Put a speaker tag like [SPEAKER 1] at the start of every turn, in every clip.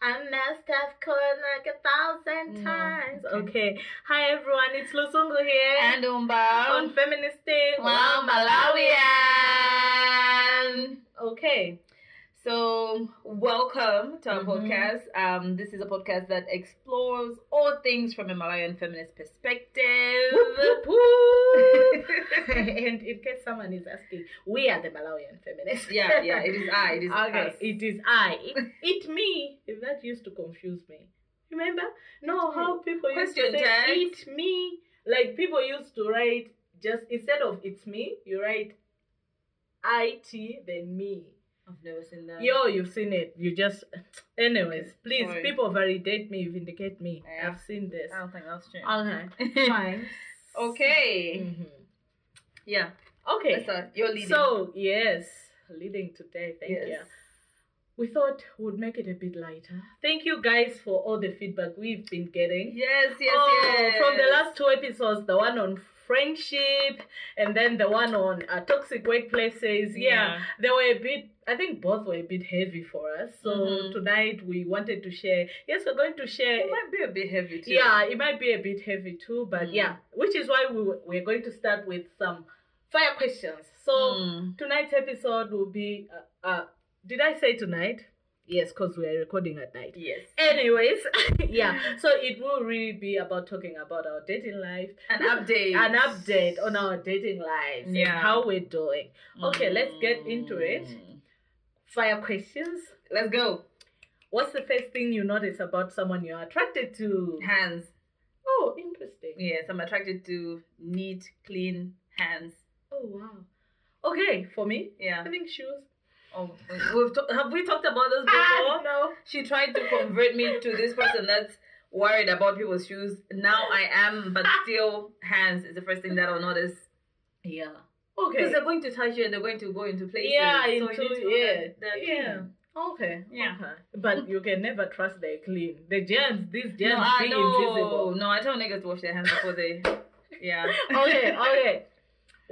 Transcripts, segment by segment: [SPEAKER 1] I messed up code like a thousand
[SPEAKER 2] No,
[SPEAKER 1] times.
[SPEAKER 2] Mm. okay.
[SPEAKER 1] Okay. Hi everyone, it's Lusungu here.
[SPEAKER 2] And Umba.
[SPEAKER 1] on Feminist Day.
[SPEAKER 2] Wow, Malawian.
[SPEAKER 1] Okay.
[SPEAKER 2] So, welcome to our
[SPEAKER 1] Mhm.
[SPEAKER 2] podcast. Um, this is a podcast that explores all things from a Malawian feminist perspective.
[SPEAKER 1] Whoop, whoop, whoop. and in case someone is asking, we are the Malawian feminists.
[SPEAKER 2] yeah, yeah, it is I. It is
[SPEAKER 1] okay,
[SPEAKER 2] us.
[SPEAKER 1] it is I. It, it me. If that used to confuse me. Remember? No,
[SPEAKER 2] It me.
[SPEAKER 1] how people used to
[SPEAKER 2] Question
[SPEAKER 1] say
[SPEAKER 2] tags.
[SPEAKER 1] it me. Like people used to write just instead of it's me, you write it then me.
[SPEAKER 2] I've never seen that.
[SPEAKER 1] Yo, you've seen it. You just anyways, please
[SPEAKER 2] Sorry.
[SPEAKER 1] people validate me, vindicate me.
[SPEAKER 2] Yeah.
[SPEAKER 1] I've seen this.
[SPEAKER 2] I don't think that's true.
[SPEAKER 1] Okay. Fine.
[SPEAKER 2] Oh. okay.
[SPEAKER 1] Mhm.
[SPEAKER 2] Yeah.
[SPEAKER 1] Okay.
[SPEAKER 2] Let's start. You're leading.
[SPEAKER 1] So yes, leading today. Thank
[SPEAKER 2] yes.
[SPEAKER 1] you. We thought we'd make it a bit lighter. Thank you guys for all the feedback we've been getting.
[SPEAKER 2] Yes, yes,
[SPEAKER 1] Oh,
[SPEAKER 2] yes.
[SPEAKER 1] From the last two episodes, the one on friendship and then the one on uh, toxic workplaces. Yeah, they were a bit. I think both were a bit heavy for us. So
[SPEAKER 2] Mhm.
[SPEAKER 1] tonight we wanted to share. Yes, we're going to share.
[SPEAKER 2] It might be a bit heavy too.
[SPEAKER 1] Yeah, it might be a bit heavy too, but
[SPEAKER 2] Mm.
[SPEAKER 1] yeah, which is why we were- we're going to start with some fire questions. So
[SPEAKER 2] Mm.
[SPEAKER 1] tonight's episode will be uh, uh did i say tonight yes because we're recording at night
[SPEAKER 2] Yes.
[SPEAKER 1] anyways yeah so it will really be about talking about our dating life
[SPEAKER 2] An update.
[SPEAKER 1] an update on our dating lives and
[SPEAKER 2] Yeah.
[SPEAKER 1] how we're doing Okay, let's get into it.
[SPEAKER 2] Mm.
[SPEAKER 1] fire questions
[SPEAKER 2] Let's go.
[SPEAKER 1] what's the first thing you notice about someone you're attracted to
[SPEAKER 2] Hands.
[SPEAKER 1] oh interesting
[SPEAKER 2] Yes, I'm attracted to neat, clean hands.
[SPEAKER 1] oh wow okay for me
[SPEAKER 2] Yeah.
[SPEAKER 1] i think shoes
[SPEAKER 2] Oh, we've to- have we talked about this
[SPEAKER 1] ah,
[SPEAKER 2] before?
[SPEAKER 1] no
[SPEAKER 2] She tried to convert me to this person that's worried about people's shoes. Now I am, but still, hands is the first thing that I'll notice.
[SPEAKER 1] yeah
[SPEAKER 2] Because
[SPEAKER 1] okay
[SPEAKER 2] they're going to touch you and they're going to go into places.
[SPEAKER 1] Yeah,
[SPEAKER 2] so you
[SPEAKER 1] into-
[SPEAKER 2] need to know
[SPEAKER 1] yeah,
[SPEAKER 2] that they're
[SPEAKER 1] yeah.
[SPEAKER 2] clean.
[SPEAKER 1] Okay.
[SPEAKER 2] Yeah.
[SPEAKER 1] Okay. But you can never trust they're clean. The germs, these germs
[SPEAKER 2] no, I
[SPEAKER 1] be
[SPEAKER 2] know.
[SPEAKER 1] invisible.
[SPEAKER 2] No, I tell niggas to wash their hands before they. Yeah.
[SPEAKER 1] Okay, okay.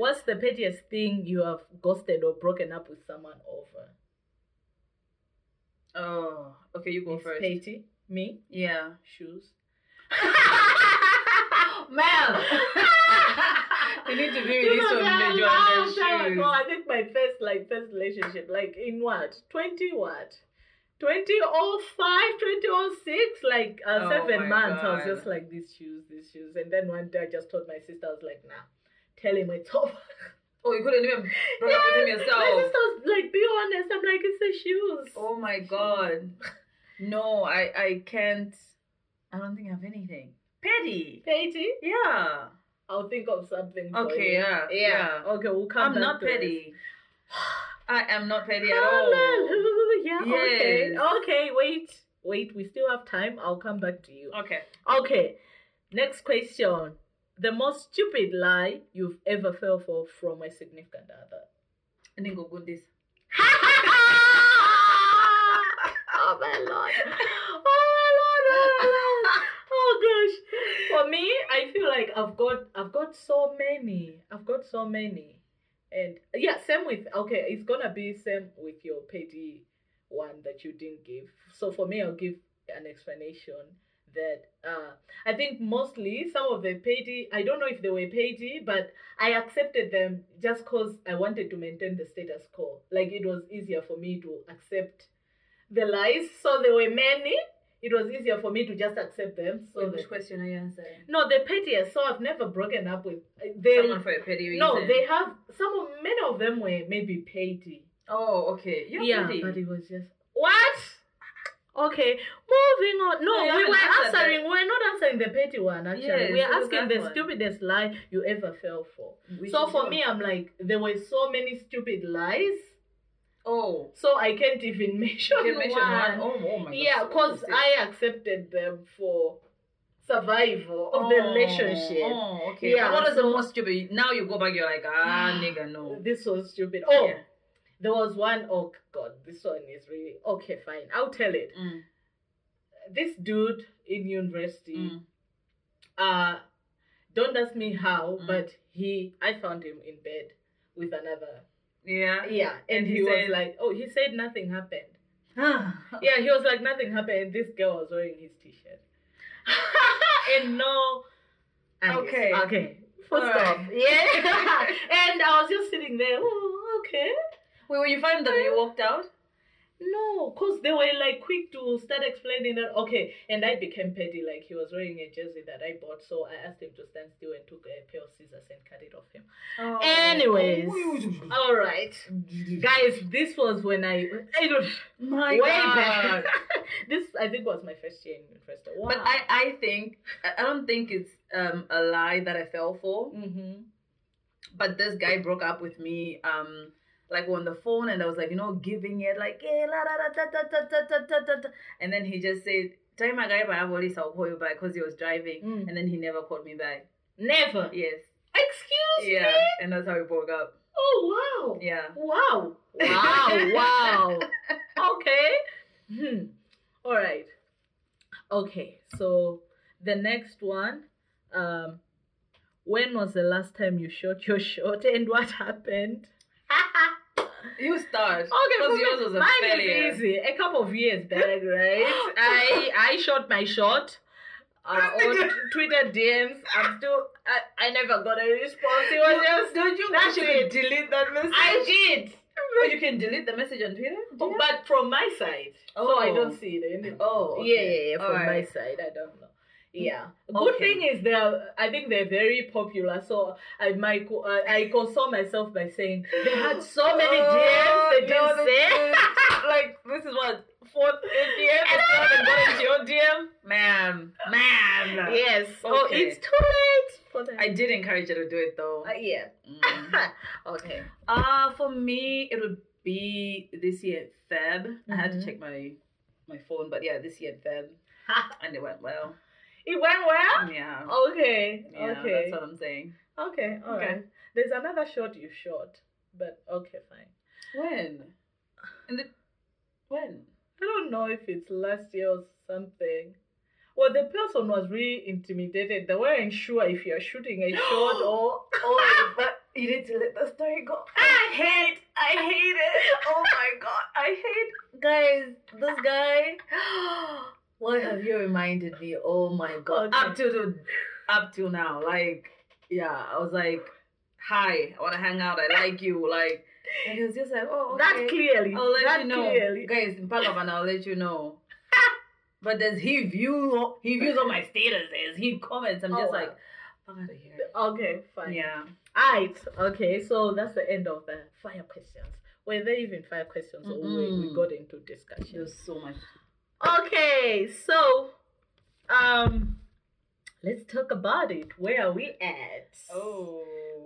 [SPEAKER 1] What's the pettiest thing you have ghosted or broken up with someone over?
[SPEAKER 2] Oh, okay, you go
[SPEAKER 1] It's
[SPEAKER 2] first.
[SPEAKER 1] Petty. Me?
[SPEAKER 2] Yeah.
[SPEAKER 1] Shoes.
[SPEAKER 2] Mel! you need to be released
[SPEAKER 1] You know,
[SPEAKER 2] from
[SPEAKER 1] that
[SPEAKER 2] the
[SPEAKER 1] long time
[SPEAKER 2] Jordan
[SPEAKER 1] ago,
[SPEAKER 2] shoes.
[SPEAKER 1] I think oh my first like first relationship, like in what? Twenty what? 2005, 2006, like uh,
[SPEAKER 2] Oh
[SPEAKER 1] seven
[SPEAKER 2] my
[SPEAKER 1] months. I was
[SPEAKER 2] God.
[SPEAKER 1] just like, these shoes, these shoes. And then one day I just told my sister, I was like, nah, tell him it's over.
[SPEAKER 2] Oh, you couldn't even brought up with him
[SPEAKER 1] My
[SPEAKER 2] yourself.
[SPEAKER 1] sister's like, be honest. I'm like, it's the shoes.
[SPEAKER 2] Oh my god. No, I I can't. I don't think I have anything. Petty.
[SPEAKER 1] Petty?
[SPEAKER 2] Yeah.
[SPEAKER 1] I'll think of something. for
[SPEAKER 2] Okay.
[SPEAKER 1] you.
[SPEAKER 2] Yeah.
[SPEAKER 1] Yeah. Okay, we'll come
[SPEAKER 2] I'm
[SPEAKER 1] back
[SPEAKER 2] not
[SPEAKER 1] to it.
[SPEAKER 2] petty. I am not petty at all.
[SPEAKER 1] Hallelujah. Okay.
[SPEAKER 2] Yes.
[SPEAKER 1] Okay, wait. Wait, we still have time. I'll come back to you.
[SPEAKER 2] Okay.
[SPEAKER 1] Okay. Next question. The most stupid lie you've ever fell for from a significant other.
[SPEAKER 2] Ningo Gundis.
[SPEAKER 1] oh my lord. Oh my lord. Oh, my lord. oh gosh. For me, I feel like I've got I've got so many. I've got so many. And yeah, same with okay, it's gonna be same with your petty one that you didn't give. So for me I'll give an explanation that uh I think mostly some of the petty I don't know if they were petty, but I accepted them just because I wanted to maintain the status quo. Like it was easier for me to accept the lies. So there were many. It was easier for me to just accept them. So
[SPEAKER 2] Wait,
[SPEAKER 1] that,
[SPEAKER 2] which question are you answering?
[SPEAKER 1] no, the pettiest. So I've never broken up with uh, they.
[SPEAKER 2] Someone for a petty reason.
[SPEAKER 1] No, they have some of many of them were maybe petty.
[SPEAKER 2] Oh, okay. You're
[SPEAKER 1] yeah,
[SPEAKER 2] petty.
[SPEAKER 1] but it was just what. Okay, moving on.
[SPEAKER 2] No,
[SPEAKER 1] No,
[SPEAKER 2] you
[SPEAKER 1] we were
[SPEAKER 2] haven't answered
[SPEAKER 1] answering. We were not answering the petty one. Actually,
[SPEAKER 2] Yes,
[SPEAKER 1] we
[SPEAKER 2] it
[SPEAKER 1] are
[SPEAKER 2] was
[SPEAKER 1] asking
[SPEAKER 2] that
[SPEAKER 1] the
[SPEAKER 2] one.
[SPEAKER 1] stupidest lie you ever fell for
[SPEAKER 2] Which
[SPEAKER 1] so
[SPEAKER 2] is
[SPEAKER 1] for
[SPEAKER 2] your-
[SPEAKER 1] me i'm like there were so many stupid lies
[SPEAKER 2] Oh.
[SPEAKER 1] so i can't even mention,
[SPEAKER 2] You can mention one.
[SPEAKER 1] one.
[SPEAKER 2] Oh, oh my god.
[SPEAKER 1] yeah because i accepted them for survival of the relationship
[SPEAKER 2] Oh, okay.
[SPEAKER 1] Yeah,
[SPEAKER 2] Yeah. What is the
[SPEAKER 1] so-
[SPEAKER 2] most stupid? Now you go back, you're like, ah, nigga, no.
[SPEAKER 1] this was stupid oh
[SPEAKER 2] Yeah.
[SPEAKER 1] there was one oh god this one is really okay fine i'll tell it
[SPEAKER 2] Mm,
[SPEAKER 1] this dude in university
[SPEAKER 2] mm.
[SPEAKER 1] uh don't ask me how
[SPEAKER 2] Mm.
[SPEAKER 1] but he i found him in bed with another
[SPEAKER 2] Yeah.
[SPEAKER 1] yeah and,
[SPEAKER 2] And
[SPEAKER 1] he,
[SPEAKER 2] he
[SPEAKER 1] was
[SPEAKER 2] said-
[SPEAKER 1] like oh he said nothing happened Yeah, he was like, nothing happened. And this girl was wearing his t shirt. and no. I-
[SPEAKER 2] Okay.
[SPEAKER 1] Okay. Full
[SPEAKER 2] All
[SPEAKER 1] stop.
[SPEAKER 2] right.
[SPEAKER 1] Yeah. and I was just sitting there. Oh, okay.
[SPEAKER 2] Wait, when you find them, you walked out?
[SPEAKER 1] No, because they were like quick to start explaining that. Okay, and I became petty. Like he was wearing a jersey that I bought, so I asked him to stand still and took a pair of scissors and cut it off him.
[SPEAKER 2] Oh.
[SPEAKER 1] Anyways.
[SPEAKER 2] Oh,
[SPEAKER 1] All right, guys, this was when I I don't
[SPEAKER 2] my
[SPEAKER 1] way
[SPEAKER 2] God.
[SPEAKER 1] back. this I think was my first year in university. Wow.
[SPEAKER 2] But I, I think, I- I don't think it's um, a lie that I fell for.
[SPEAKER 1] Mm-hmm.
[SPEAKER 2] But this guy broke up with me, um, like on the phone, and I was like, you know, giving it, like, eh, la, da, da, da, da, da, da, da, da, da. and then he just said, Tell my guy, but I've already saw you back because he was driving,
[SPEAKER 1] Mm.
[SPEAKER 2] and then he never called me back.
[SPEAKER 1] Never.
[SPEAKER 2] Yes.
[SPEAKER 1] Excuse
[SPEAKER 2] Yeah.
[SPEAKER 1] me.
[SPEAKER 2] And that's how we broke up.
[SPEAKER 1] Oh wow.
[SPEAKER 2] Yeah.
[SPEAKER 1] Wow. Wow, wow. Okay. Hmm. All right. Okay. So the next one um when was the last time you shot your shot and what happened?
[SPEAKER 2] You start.
[SPEAKER 1] Okay,
[SPEAKER 2] Because
[SPEAKER 1] for me-
[SPEAKER 2] yours was a
[SPEAKER 1] mine
[SPEAKER 2] failure.
[SPEAKER 1] is easy. A couple of years back, right? I I shot my shot uh, on Twitter DMs. I'm still I, I never got a response. It was just
[SPEAKER 2] don't you
[SPEAKER 1] that's
[SPEAKER 2] wish you
[SPEAKER 1] it.
[SPEAKER 2] could delete that message?
[SPEAKER 1] I did.
[SPEAKER 2] Oh, you can delete the message on Twitter?
[SPEAKER 1] Oh, but from my side, so I don't see it anymore.
[SPEAKER 2] Oh,
[SPEAKER 1] Yeah, yeah, yeah.
[SPEAKER 2] All
[SPEAKER 1] From my
[SPEAKER 2] right.
[SPEAKER 1] side, I don't know. Yeah. Good
[SPEAKER 2] Okay.
[SPEAKER 1] thing is they're. I think they're very popular. So I might. co- I, I console myself by saying they had so many DMs
[SPEAKER 2] Oh,
[SPEAKER 1] they
[SPEAKER 2] no,
[SPEAKER 1] didn't
[SPEAKER 2] they
[SPEAKER 1] say.
[SPEAKER 2] didn't. like, this is what, fourth, fifth year?
[SPEAKER 1] And
[SPEAKER 2] I
[SPEAKER 1] I-
[SPEAKER 2] haven't gotten to your DM? Man. Man.
[SPEAKER 1] Yes. Oh,
[SPEAKER 2] Okay.
[SPEAKER 1] it's too late for them.
[SPEAKER 2] I did encourage you to do it, though.
[SPEAKER 1] Uh, yeah.
[SPEAKER 2] Mm.
[SPEAKER 1] okay.
[SPEAKER 2] Uh, for me, it would be this year Feb. I had to
[SPEAKER 1] Mhm.
[SPEAKER 2] check my my phone, but yeah, this year Feb, and it went well.
[SPEAKER 1] It went well.
[SPEAKER 2] Yeah.
[SPEAKER 1] Okay.
[SPEAKER 2] Yeah,
[SPEAKER 1] okay.
[SPEAKER 2] That's what I'm saying.
[SPEAKER 1] Okay. All
[SPEAKER 2] Okay.
[SPEAKER 1] right. There's another shot you shot, but okay, fine.
[SPEAKER 2] When? In the when?
[SPEAKER 1] I don't know if it's last year or something. Well, the person was really intimidated. They weren't sure if you're shooting a shot or.
[SPEAKER 2] Oh, but you need to let the story go. I hate, I hate it. Oh my god, I hate guys. This guy. What have you reminded me? Oh my god.
[SPEAKER 1] Okay.
[SPEAKER 2] Up to the, up till now, like yeah, I was like, hi, I wanna hang out. I like you. Like, and he was just like, oh, okay.
[SPEAKER 1] That clearly.
[SPEAKER 2] I'll let
[SPEAKER 1] that
[SPEAKER 2] you know,
[SPEAKER 1] clearly.
[SPEAKER 2] guys. In Palaban, I'll let you know. but does he view? He views all my statuses. He comments. I'm
[SPEAKER 1] Oh,
[SPEAKER 2] just
[SPEAKER 1] wow.
[SPEAKER 2] like, fuck out of here.
[SPEAKER 1] Okay, fine.
[SPEAKER 2] Yeah.
[SPEAKER 1] Alright. Okay, so that's the end of the fire questions. Were there even fire questions or we, we
[SPEAKER 2] Mm-mm.
[SPEAKER 1] got into discussions?
[SPEAKER 2] There's so much.
[SPEAKER 1] Okay, so um let's talk about it. Where are we at?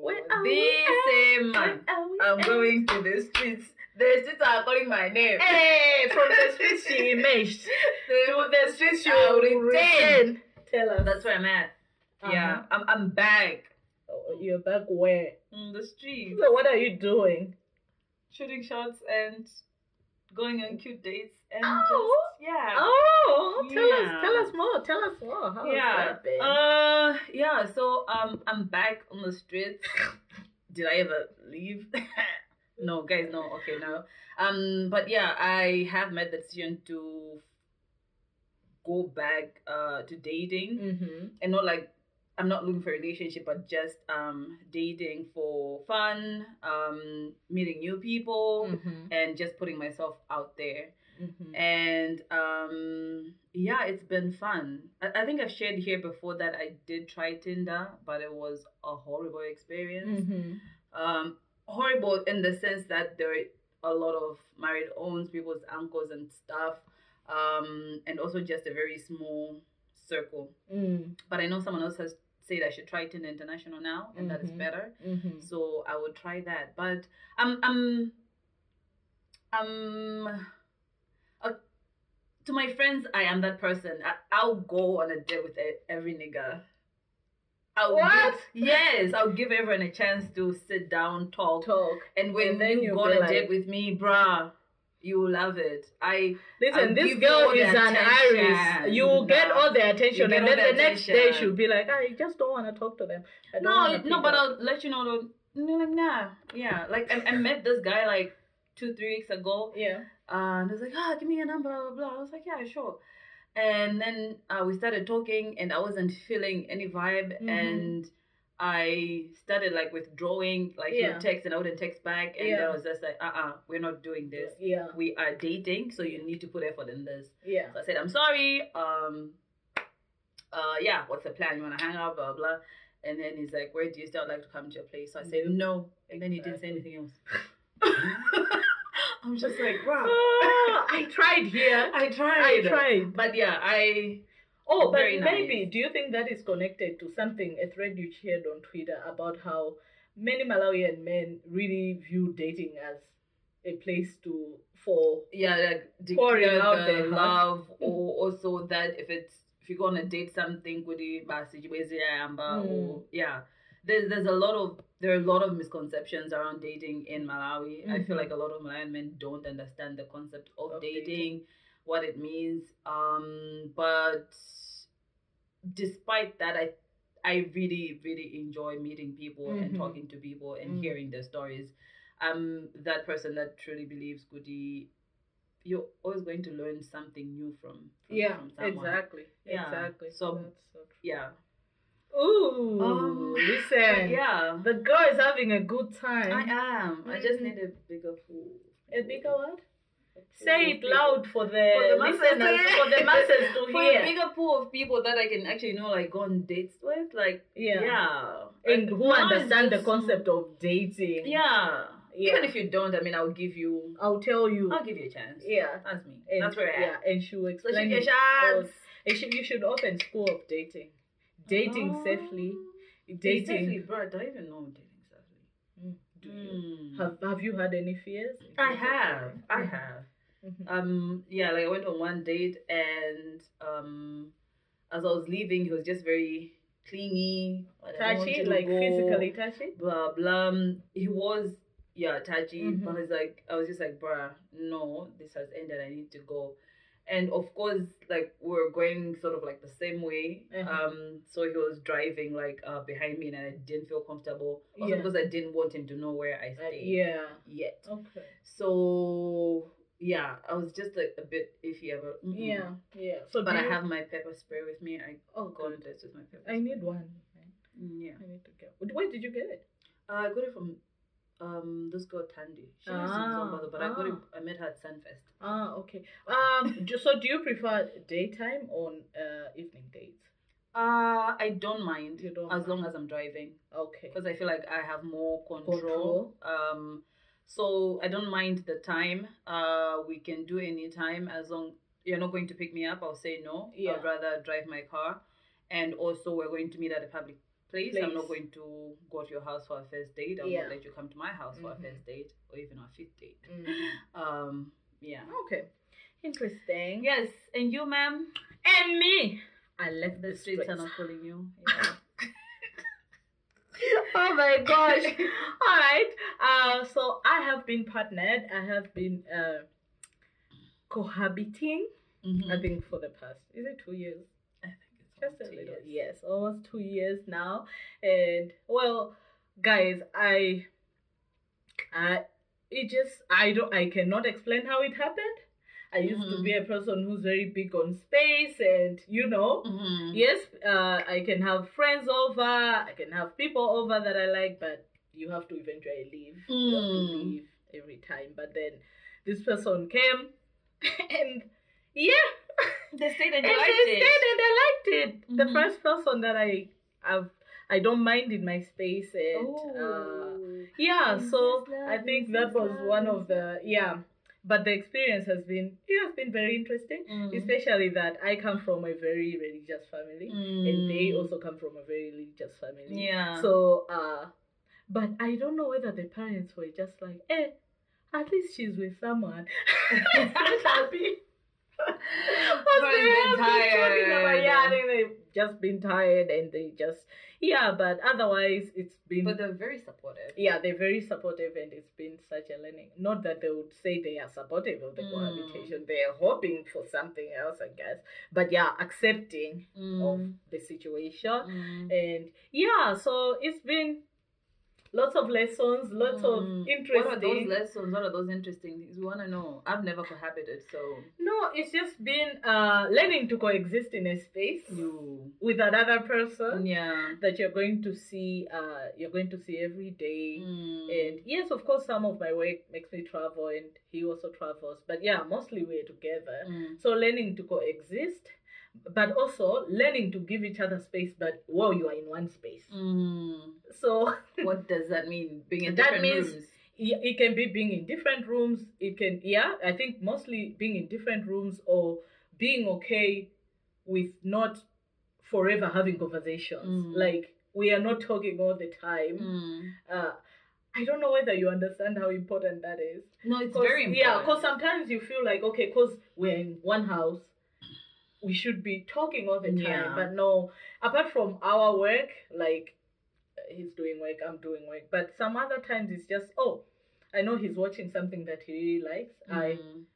[SPEAKER 1] Where are we
[SPEAKER 2] the
[SPEAKER 1] Where
[SPEAKER 2] same man.
[SPEAKER 1] are we
[SPEAKER 2] Oh. I'm
[SPEAKER 1] at?
[SPEAKER 2] going to the streets. The streets are calling my name.
[SPEAKER 1] Hey, from the streets she emerged.
[SPEAKER 2] To the streets you
[SPEAKER 1] I
[SPEAKER 2] will
[SPEAKER 1] will
[SPEAKER 2] return. Uh-huh.
[SPEAKER 1] return. Tell us.
[SPEAKER 2] That's where I'm at. Yeah, I'm, I'm back.
[SPEAKER 1] Uh-huh. You're back where?
[SPEAKER 2] On the street,
[SPEAKER 1] So what are you doing?
[SPEAKER 2] shooting shots and going on cute dates and
[SPEAKER 1] Oh.
[SPEAKER 2] just yeah.
[SPEAKER 1] Oh, tell us,
[SPEAKER 2] Yeah.
[SPEAKER 1] tell us more, tell us more. How has
[SPEAKER 2] yeah.
[SPEAKER 1] that been?
[SPEAKER 2] Uh, yeah. So um, I'm back on the streets. Did I ever leave? no, guys. No. Okay, no. Um, but yeah, I have made the decision to go back uh to dating
[SPEAKER 1] mm-hmm.
[SPEAKER 2] and not like I'm not looking for a relationship, but just um dating for fun, um meeting new people,
[SPEAKER 1] Mm-hmm.
[SPEAKER 2] and just putting myself out there
[SPEAKER 1] Mm-hmm.
[SPEAKER 2] and um yeah it's been fun I, I think i've shared here before that i did try tinder but it was a horrible experience
[SPEAKER 1] Mm-hmm.
[SPEAKER 2] um horrible in the sense that there are a lot of married owns people's uncles and stuff um and also just a very small circle
[SPEAKER 1] Mm-hmm.
[SPEAKER 2] but i know someone else has said i should try tinder international now and that is
[SPEAKER 1] Mhm.
[SPEAKER 2] better so I would try that. But um um um uh, to my friends, I am that person. I, I'll go on a date with e- every nigga. I'll
[SPEAKER 1] What?
[SPEAKER 2] Give, yes, I'll give everyone a chance to sit down, talk,
[SPEAKER 1] Talk.
[SPEAKER 2] and when
[SPEAKER 1] And then
[SPEAKER 2] you
[SPEAKER 1] you'll
[SPEAKER 2] go
[SPEAKER 1] be
[SPEAKER 2] on a
[SPEAKER 1] like-
[SPEAKER 2] date with me, bruh, you will love it. I
[SPEAKER 1] Listen,
[SPEAKER 2] I'll
[SPEAKER 1] this
[SPEAKER 2] give
[SPEAKER 1] girl
[SPEAKER 2] all the
[SPEAKER 1] is an
[SPEAKER 2] attention.
[SPEAKER 1] iris. You will get
[SPEAKER 2] No.
[SPEAKER 1] all the attention,
[SPEAKER 2] get
[SPEAKER 1] and
[SPEAKER 2] all
[SPEAKER 1] then
[SPEAKER 2] the
[SPEAKER 1] the next day
[SPEAKER 2] attention.
[SPEAKER 1] she'll be like, "I just don't want to talk to them." I don't
[SPEAKER 2] no,
[SPEAKER 1] wanna
[SPEAKER 2] it- no,
[SPEAKER 1] pick
[SPEAKER 2] but
[SPEAKER 1] up."
[SPEAKER 2] I'll let you know. though. No, like nah, yeah. Like I, I met this guy like two, three weeks ago.
[SPEAKER 1] yeah.
[SPEAKER 2] Uh, and I was like, ah, give me your number, blah, blah, blah. I was like, yeah, sure. And then uh, we started talking, and I wasn't feeling any vibe.
[SPEAKER 1] Mhm.
[SPEAKER 2] And I started like withdrawing, like he
[SPEAKER 1] Yeah.
[SPEAKER 2] would text, and I wouldn't text back. And
[SPEAKER 1] Yeah.
[SPEAKER 2] I was just like, uh uh-uh, uh, we are not doing this.
[SPEAKER 1] Yeah.
[SPEAKER 2] We are dating, so you need to put effort in this.
[SPEAKER 1] Yeah.
[SPEAKER 2] So I said, I'm sorry. Um, uh, yeah, what's the plan? You want to hang out, blah, blah. And then he's like, where do you still like to come to your place? So I said,
[SPEAKER 1] Nope.
[SPEAKER 2] no. And then he didn't say
[SPEAKER 1] Exactly.
[SPEAKER 2] anything else. I'm just like, wow.
[SPEAKER 1] Ah, I tried here.
[SPEAKER 2] I
[SPEAKER 1] I
[SPEAKER 2] tried.
[SPEAKER 1] tried.
[SPEAKER 2] But yeah, I.
[SPEAKER 1] Oh, but
[SPEAKER 2] Very nice.
[SPEAKER 1] maybe do you think that is connected to something a thread you shared on Twitter about how many Malawian men really view dating as a place to for
[SPEAKER 2] Yeah, like
[SPEAKER 1] Pouring
[SPEAKER 2] declare
[SPEAKER 1] out
[SPEAKER 2] the
[SPEAKER 1] their
[SPEAKER 2] love, or also that if it's if you're gonna date something, could you basi chiwezi yayamba, or
[SPEAKER 1] Mm.
[SPEAKER 2] yeah, there's there's a lot of there are a lot of misconceptions around dating in Malawi. I feel
[SPEAKER 1] Mhm.
[SPEAKER 2] like a lot of Malawian men don't understand the concept of,
[SPEAKER 1] Of dating.
[SPEAKER 2] dating, what it means. Um, but despite that, I I really really enjoy meeting people
[SPEAKER 1] Mhm.
[SPEAKER 2] and talking to people and
[SPEAKER 1] Mm.
[SPEAKER 2] hearing their stories. I'm that person that truly believes Goody. You're always going to learn something new from, from
[SPEAKER 1] yeah
[SPEAKER 2] from someone.
[SPEAKER 1] exactly
[SPEAKER 2] Yeah.
[SPEAKER 1] exactly
[SPEAKER 2] So-
[SPEAKER 1] That's so true.
[SPEAKER 2] Yeah.
[SPEAKER 1] Ooh,
[SPEAKER 2] Um,
[SPEAKER 1] listen.
[SPEAKER 2] But yeah.
[SPEAKER 1] The girl is having a good
[SPEAKER 2] I
[SPEAKER 1] time.
[SPEAKER 2] am. I just
[SPEAKER 1] Mhm.
[SPEAKER 2] need a bigger pool.
[SPEAKER 1] A bigger one?
[SPEAKER 2] pool
[SPEAKER 1] Say
[SPEAKER 2] of
[SPEAKER 1] it
[SPEAKER 2] people.
[SPEAKER 1] loud for the,
[SPEAKER 2] For the masses.
[SPEAKER 1] listeners, for the masses to
[SPEAKER 2] For a
[SPEAKER 1] hear.
[SPEAKER 2] bigger pool of people that I can actually you know, like go on dates with, like
[SPEAKER 1] yeah.
[SPEAKER 2] yeah,
[SPEAKER 1] And
[SPEAKER 2] Like,
[SPEAKER 1] who
[SPEAKER 2] now it's
[SPEAKER 1] understand the
[SPEAKER 2] just-
[SPEAKER 1] concept of dating.
[SPEAKER 2] Yeah.
[SPEAKER 1] Yeah.
[SPEAKER 2] even if you don't, I mean, I'll give you,
[SPEAKER 1] I'll tell you.
[SPEAKER 2] I'll give you a chance.
[SPEAKER 1] Yeah.
[SPEAKER 2] that's me.
[SPEAKER 1] And,
[SPEAKER 2] that's where I am.
[SPEAKER 1] yeah, and she will
[SPEAKER 2] So she
[SPEAKER 1] explain.
[SPEAKER 2] get
[SPEAKER 1] it all.
[SPEAKER 2] chance.
[SPEAKER 1] And she, you should open school of dating, dating
[SPEAKER 2] Oh.
[SPEAKER 1] safely, dating.
[SPEAKER 2] Exactly, bro. I don't even know dating safely.
[SPEAKER 1] Mm, do you-
[SPEAKER 2] Mm.
[SPEAKER 1] Have Have you had any fears?
[SPEAKER 2] I have. I have.
[SPEAKER 1] Mhm.
[SPEAKER 2] Um, yeah, like I went on one date and um as I was leaving he was just very clingy, like, I don't want
[SPEAKER 1] Touchy,
[SPEAKER 2] you to
[SPEAKER 1] like
[SPEAKER 2] go,
[SPEAKER 1] physically touchy.
[SPEAKER 2] blah blah. Um, He was yeah, touchy,
[SPEAKER 1] Mhm.
[SPEAKER 2] but it's like I was just like, bruh, no, this has ended, I need to go. And of course, like we we're going sort of like the same way.
[SPEAKER 1] Uh-huh.
[SPEAKER 2] Um, so he was driving like uh behind me, and I didn't feel comfortable. Also
[SPEAKER 1] Yeah.
[SPEAKER 2] because I didn't want him to know where I
[SPEAKER 1] Uh,
[SPEAKER 2] stayed
[SPEAKER 1] yeah.
[SPEAKER 2] yet.
[SPEAKER 1] Okay.
[SPEAKER 2] So yeah, I was just like a bit iffy about. mm-mm.
[SPEAKER 1] Yeah. Yeah. So,
[SPEAKER 2] Mm-hmm. But
[SPEAKER 1] do
[SPEAKER 2] I
[SPEAKER 1] you-
[SPEAKER 2] have my pepper spray with me. I
[SPEAKER 1] Oh
[SPEAKER 2] go
[SPEAKER 1] God.
[SPEAKER 2] on dates with my pepper.
[SPEAKER 1] I need one. man.
[SPEAKER 2] spray. Mm, Yeah.
[SPEAKER 1] I need to get. Where did you get it?
[SPEAKER 2] Uh, I got it from um this girl Tandy. She lives in
[SPEAKER 1] Ah,
[SPEAKER 2] Zimbabwe, but I got it.
[SPEAKER 1] ah.
[SPEAKER 2] I met her at Sunfest.
[SPEAKER 1] Ah, okay. Um. do, so, do you prefer daytime or uh, evening dates?
[SPEAKER 2] Uh, I don't mind
[SPEAKER 1] You don't
[SPEAKER 2] as
[SPEAKER 1] mind.
[SPEAKER 2] long as I'm driving
[SPEAKER 1] Okay.
[SPEAKER 2] because I feel like I have more control.
[SPEAKER 1] Control.
[SPEAKER 2] Um, so I don't mind the time. Uh, we can do any time as long you're not going to pick me up. I'll say no.
[SPEAKER 1] Yeah.
[SPEAKER 2] I'd rather drive my car, and also we're going to meet at a public place. I'm
[SPEAKER 1] Place.
[SPEAKER 2] not going to go to your house for a first date. I'll
[SPEAKER 1] Yeah.
[SPEAKER 2] not let you come to my house for
[SPEAKER 1] Mhm.
[SPEAKER 2] a first date or even our fifth date.
[SPEAKER 1] Mm.
[SPEAKER 2] Um, yeah.
[SPEAKER 1] Okay. Interesting.
[SPEAKER 2] Yes, and you, ma'am.
[SPEAKER 1] And me. I left
[SPEAKER 2] The streets are not calling you.
[SPEAKER 1] Oh my gosh. All right. Uh, so I have been partnered. I have been uh, cohabiting.
[SPEAKER 2] Mhm.
[SPEAKER 1] I think for the past is it two years?
[SPEAKER 2] I think it's
[SPEAKER 1] Just a
[SPEAKER 2] almost two
[SPEAKER 1] little.
[SPEAKER 2] years.
[SPEAKER 1] Yes, almost two years now. And well, guys, I, I, it just I don't I cannot explain how it happened. I used to
[SPEAKER 2] Mhm.
[SPEAKER 1] be a person who's very big on space, and you know,
[SPEAKER 2] Mhm.
[SPEAKER 1] yes, uh, I can have friends over, I can have people over that I like, but you have to eventually leave. You have to
[SPEAKER 2] Mm.
[SPEAKER 1] leave every time. But then this person came, and yeah,
[SPEAKER 2] They stayed and
[SPEAKER 1] and
[SPEAKER 2] you liked
[SPEAKER 1] they
[SPEAKER 2] it.
[SPEAKER 1] stayed and I liked it. The
[SPEAKER 2] Mhm.
[SPEAKER 1] first person that I have, I don't mind in my space, and uh,
[SPEAKER 2] Oh.
[SPEAKER 1] yeah,
[SPEAKER 2] Is
[SPEAKER 1] so
[SPEAKER 2] this love?
[SPEAKER 1] I
[SPEAKER 2] Is
[SPEAKER 1] think
[SPEAKER 2] this
[SPEAKER 1] that was
[SPEAKER 2] love?
[SPEAKER 1] one of the yeah. But the experience has been it has been very interesting,
[SPEAKER 2] Mm.
[SPEAKER 1] especially that I come from a very religious family, and they
[SPEAKER 2] Mm.
[SPEAKER 1] also come from a very religious family.
[SPEAKER 2] Yeah.
[SPEAKER 1] So, uh, but I don't know whether the parents were just like, eh, at least she's with someone. She's not happy. Because they
[SPEAKER 2] been
[SPEAKER 1] have been talking about,
[SPEAKER 2] tired.
[SPEAKER 1] yeah, I think they've just been tired and they just, yeah, but otherwise it's been,
[SPEAKER 2] but they're very supportive.
[SPEAKER 1] yeah, they're very supportive and it's been such a learning. Not that they would say they are supportive of the
[SPEAKER 2] Mm.
[SPEAKER 1] cohabitation, they are hoping for something else, I guess. But yeah, accepting of
[SPEAKER 2] Mm.
[SPEAKER 1] the situation
[SPEAKER 2] Mm.
[SPEAKER 1] and yeah so it's been lots of lessons, lots
[SPEAKER 2] Mm.
[SPEAKER 1] of interesting.
[SPEAKER 2] What are those lessons? What are those interesting things? We want to know. I've never cohabited, so
[SPEAKER 1] no, it's just been uh, learning to coexist in a space
[SPEAKER 2] you.
[SPEAKER 1] with another person
[SPEAKER 2] Yeah.
[SPEAKER 1] that you're going to see. Uh, you're going to see every day.
[SPEAKER 2] Mm.
[SPEAKER 1] And yes, of course, some of my work makes me travel, and he also travels. But yeah, mostly we're together.
[SPEAKER 2] Mm.
[SPEAKER 1] So learning to coexist, but also learning to give each other space. But wow, you are in one space.
[SPEAKER 2] Mm.
[SPEAKER 1] So
[SPEAKER 2] What does that mean? Being in
[SPEAKER 1] That
[SPEAKER 2] different
[SPEAKER 1] means-
[SPEAKER 2] rooms.
[SPEAKER 1] yeah, it can be being in different rooms. It can yeah, I think mostly being in different rooms or being okay with not forever having conversations.
[SPEAKER 2] Mm.
[SPEAKER 1] Like we are not talking all the time.
[SPEAKER 2] Mm.
[SPEAKER 1] Uh, I don't know whether you understand how important that is.
[SPEAKER 2] No, it's
[SPEAKER 1] 'Cause-
[SPEAKER 2] very important.
[SPEAKER 1] Yeah, because sometimes you feel like, okay, because we're in one house, we should be talking all the time.
[SPEAKER 2] Yeah.
[SPEAKER 1] But no, apart from our work, like he's doing work, I'm doing work. But some other times it's just, oh, I know he's watching something that he really likes. I
[SPEAKER 2] Mm.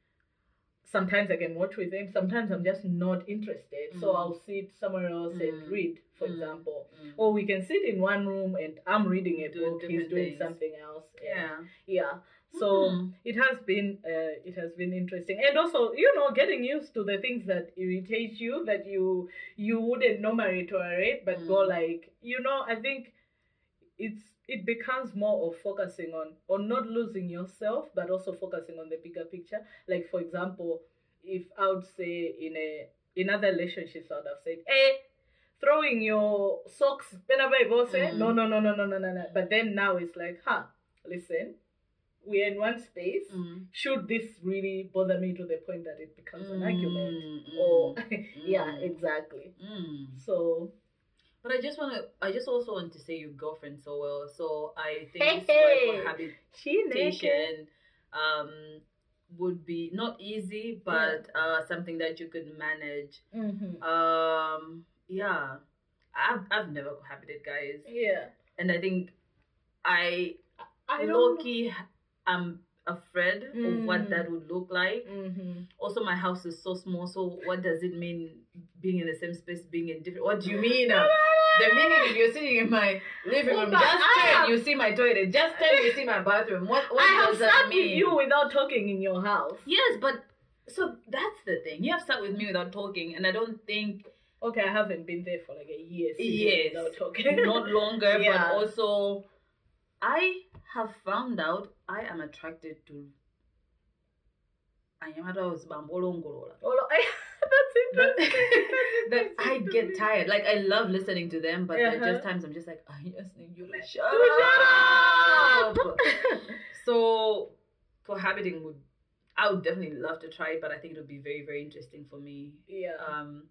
[SPEAKER 1] sometimes I can watch with him. Sometimes I'm just not interested, so
[SPEAKER 2] Mm.
[SPEAKER 1] I'll sit somewhere else
[SPEAKER 2] Mm.
[SPEAKER 1] and read, for
[SPEAKER 2] Mm.
[SPEAKER 1] example.
[SPEAKER 2] Mm.
[SPEAKER 1] Or we can sit in one room and I'm reading a
[SPEAKER 2] Do
[SPEAKER 1] book, he's
[SPEAKER 2] different
[SPEAKER 1] doing
[SPEAKER 2] things.
[SPEAKER 1] something else. and-
[SPEAKER 2] Yeah.
[SPEAKER 1] yeah. So
[SPEAKER 2] Mm.
[SPEAKER 1] it has been uh, it has been interesting and also you know getting used to the things that irritate you that you you wouldn't normally tolerate but go
[SPEAKER 2] Mm.
[SPEAKER 1] like you know i think it's it becomes more of focusing on on not losing yourself but also focusing on the bigger picture like for example if i would say in a in other relationships i would have said eh throwing your socks whenever I go say
[SPEAKER 2] Mm.
[SPEAKER 1] no no no no no no no no but then now it's like huh listen we're in one space
[SPEAKER 2] Mm.
[SPEAKER 1] should this really bother me to the point that it becomes an argument
[SPEAKER 2] Mm.
[SPEAKER 1] or yeah
[SPEAKER 2] Mm.
[SPEAKER 1] exactly
[SPEAKER 2] Mm.
[SPEAKER 1] so
[SPEAKER 2] But I just want to. I just also want to say your girlfriend so well. So I think this like
[SPEAKER 1] she naked
[SPEAKER 2] habitation um would be not easy, but uh something that you could manage.
[SPEAKER 1] mm-hmm.
[SPEAKER 2] Um, yeah, I've I've never cohabited, guys,
[SPEAKER 1] yeah
[SPEAKER 2] and I think I
[SPEAKER 1] I don't
[SPEAKER 2] Loki I'm afraid of what
[SPEAKER 1] Mm.
[SPEAKER 2] that would look like.
[SPEAKER 1] mm-hmm.
[SPEAKER 2] Also, my house is so small. So what does it mean being in the same space, being in different? What do you mean? uh, the minute if you're sitting in my living
[SPEAKER 1] Oh,
[SPEAKER 2] room,
[SPEAKER 1] but
[SPEAKER 2] just
[SPEAKER 1] I
[SPEAKER 2] turn,
[SPEAKER 1] have-
[SPEAKER 2] you see my toilet. Just turn, you see my bathroom. What, what
[SPEAKER 1] I have
[SPEAKER 2] does that
[SPEAKER 1] sat
[SPEAKER 2] mean?
[SPEAKER 1] with you without talking in your house
[SPEAKER 2] Yes, but so that's the thing. You have sat with me without talking, and I don't think
[SPEAKER 1] okay I haven't been there for like a year since
[SPEAKER 2] Yes.
[SPEAKER 1] without talking
[SPEAKER 2] not longer,
[SPEAKER 1] Yeah.
[SPEAKER 2] but also I have found out I am attracted to. I am attracted to bambolongolola.
[SPEAKER 1] Oh, that's
[SPEAKER 2] But-
[SPEAKER 1] interesting
[SPEAKER 2] that I get tired. Like I love listening to them, but there are
[SPEAKER 1] Uh-huh.
[SPEAKER 2] just times I'm just like, I yes, you shut
[SPEAKER 1] Shut
[SPEAKER 2] up. so cohabiting would, I would definitely love to try it, but I think it would be very very interesting for me.
[SPEAKER 1] yeah
[SPEAKER 2] Um,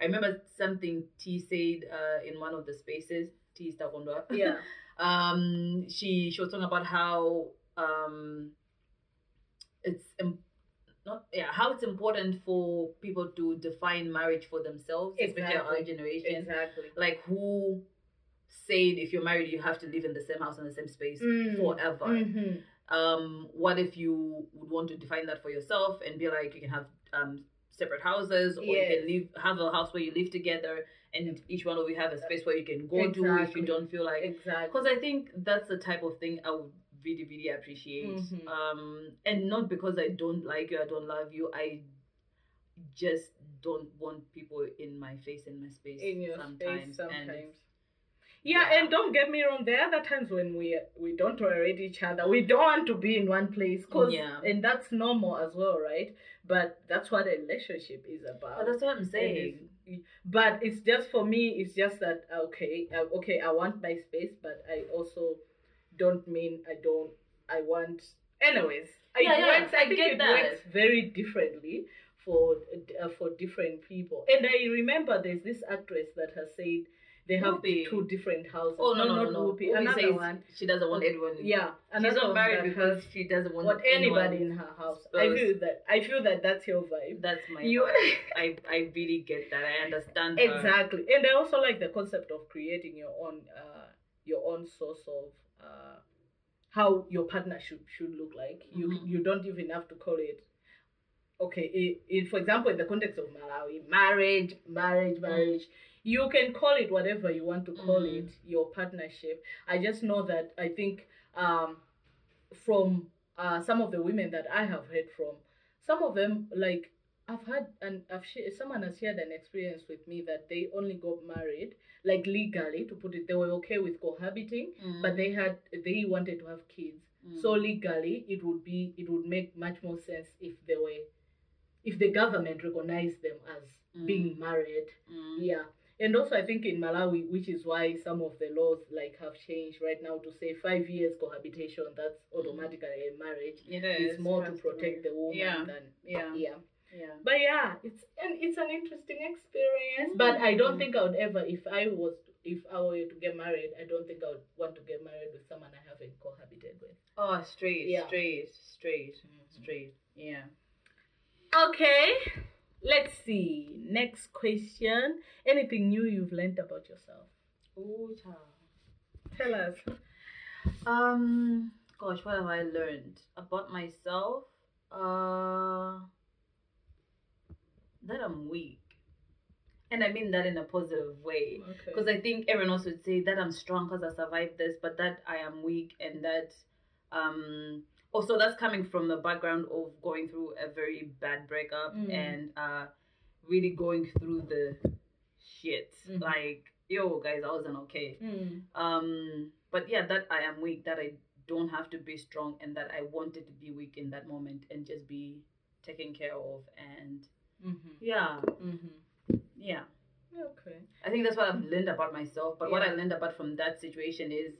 [SPEAKER 2] I remember something T said uh, in one of the spaces. T Stakondwa.
[SPEAKER 1] yeah
[SPEAKER 2] Um, she she was talking about how um, it's im- not yeah how it's important for people to define marriage for themselves, especially our
[SPEAKER 1] Exactly.
[SPEAKER 2] generation.
[SPEAKER 1] exactly
[SPEAKER 2] Like who said if you're married you have to live in the same house and the same space
[SPEAKER 1] Mm.
[SPEAKER 2] forever.
[SPEAKER 1] mm-hmm.
[SPEAKER 2] Um, what if you would want to define that for yourself and be like you can have um separate houses or you
[SPEAKER 1] Yes.
[SPEAKER 2] can live have a house where you live together and each one of you have a space where you can go to if
[SPEAKER 1] Exactly.
[SPEAKER 2] you don't feel like
[SPEAKER 1] exactly
[SPEAKER 2] because I think that's the type of thing I would really, really appreciate.
[SPEAKER 1] Mhm.
[SPEAKER 2] Um, and not because I don't like you, I don't love you. I just don't want people in my face and my space
[SPEAKER 1] in your
[SPEAKER 2] sometimes.
[SPEAKER 1] space sometimes.
[SPEAKER 2] And it's-
[SPEAKER 1] yeah,
[SPEAKER 2] Yeah.
[SPEAKER 1] and don't get me wrong. There are other times when we we don't tolerate each other. We don't want to be in one place, 'cause-
[SPEAKER 2] Yeah.
[SPEAKER 1] and that's normal as well, right? But that's what a relationship is about.
[SPEAKER 2] but that's what I'm
[SPEAKER 1] And
[SPEAKER 2] saying.
[SPEAKER 1] it's- but it's just for me. It's just that okay, uh, okay. I want my space, but I also don't mean I don't. I want. Anyways, it
[SPEAKER 2] Yeah, yeah,
[SPEAKER 1] works. I,
[SPEAKER 2] I
[SPEAKER 1] think
[SPEAKER 2] get
[SPEAKER 1] it
[SPEAKER 2] that.
[SPEAKER 1] works very differently for uh, for different people. And I remember there's this actress that has said they have
[SPEAKER 2] Whoopi.
[SPEAKER 1] two different houses.
[SPEAKER 2] Oh no, no, no,
[SPEAKER 1] not
[SPEAKER 2] no.
[SPEAKER 1] Whoopi,
[SPEAKER 2] Whoopi
[SPEAKER 1] another
[SPEAKER 2] says
[SPEAKER 1] one.
[SPEAKER 2] She doesn't want anyone.
[SPEAKER 1] Yeah, another
[SPEAKER 2] She's not
[SPEAKER 1] one
[SPEAKER 2] married
[SPEAKER 1] that
[SPEAKER 2] because
[SPEAKER 1] has
[SPEAKER 2] she doesn't want,
[SPEAKER 1] want
[SPEAKER 2] anyone.
[SPEAKER 1] anybody in her house. I
[SPEAKER 2] exposed.
[SPEAKER 1] feel that. I feel that that's your vibe.
[SPEAKER 2] That's my.
[SPEAKER 1] You-
[SPEAKER 2] vibe. I I really get that. I understand. her.
[SPEAKER 1] exactly and i also like the concept of creating your own uh your own source of uh how your partnership should look like you
[SPEAKER 2] Mhm.
[SPEAKER 1] you don't even have to call it okay i i- for example in the context of malawi marriage marriage marriage you can call it whatever you want to call
[SPEAKER 2] Mm.
[SPEAKER 1] it your partnership i just know that i think um from uh some of the women that i have heard from some of them like i've had and i've sh- someone has shared an experience with me that they only got married like legally to put it they were okay with cohabiting
[SPEAKER 2] Mm-hmm. Mm.
[SPEAKER 1] but they had they wanted to have kids so legally, it would be it would make much more sense if they were, if the government recognized them as
[SPEAKER 2] Mm.
[SPEAKER 1] being married.
[SPEAKER 2] Mm-hmm.
[SPEAKER 1] Yeah, and also I think in Malawi, which is why some of the laws like have changed right now to say five years cohabitation. That's automatically a marriage.
[SPEAKER 2] It is
[SPEAKER 1] Mm. It's more to protect the woman
[SPEAKER 2] Yeah.
[SPEAKER 1] than
[SPEAKER 2] Yeah.
[SPEAKER 1] yeah.
[SPEAKER 2] Yeah.
[SPEAKER 1] But yeah, it's and it's an interesting experience. But I don't
[SPEAKER 2] Mm.
[SPEAKER 1] think I would ever, if I was, if I were to get married, I don't think I would want to get married with someone I haven't cohabited with.
[SPEAKER 2] Oh, straight,
[SPEAKER 1] Yeah.
[SPEAKER 2] straight, straight, straight. Yeah.
[SPEAKER 1] Okay, let's see. Next question. Anything new you've learned about yourself?
[SPEAKER 2] Ooh, child.
[SPEAKER 1] Tell us.
[SPEAKER 2] Um, gosh, what have I learned about myself? Uh, that I'm weak, and I mean that in a positive way.
[SPEAKER 1] Okay.
[SPEAKER 2] Because I think everyone else would say that I'm strong because I survived this, but that I am weak, and that um also that's coming from the background of going through a very bad breakup
[SPEAKER 1] Mm.
[SPEAKER 2] and uh really going through the shit.
[SPEAKER 1] Mhm.
[SPEAKER 2] Like yo guys, I wasn't okay um but yeah that i am weak that i don't have to be strong and that i wanted to be weak in that moment and just be taken care of and
[SPEAKER 1] Mm-hmm.
[SPEAKER 2] yeah
[SPEAKER 1] Mm-hmm.
[SPEAKER 2] yeah
[SPEAKER 1] Okay.
[SPEAKER 2] i think that's what i've learned about myself but what i
[SPEAKER 1] Yeah.
[SPEAKER 2] learned about from that situation is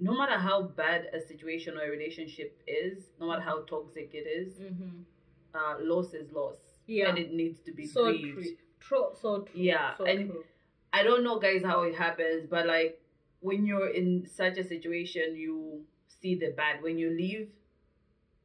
[SPEAKER 2] no matter how bad a situation or a relationship is no matter how toxic it is
[SPEAKER 1] Mm-hmm.
[SPEAKER 2] uh loss is loss
[SPEAKER 1] Yeah.
[SPEAKER 2] and it needs to be
[SPEAKER 1] so
[SPEAKER 2] grieved
[SPEAKER 1] true. True. So true.
[SPEAKER 2] Yeah,
[SPEAKER 1] So
[SPEAKER 2] and-
[SPEAKER 1] true.
[SPEAKER 2] I don't know, guys, how it happens, but like when you're in such a situation, you see the bad. When you leave,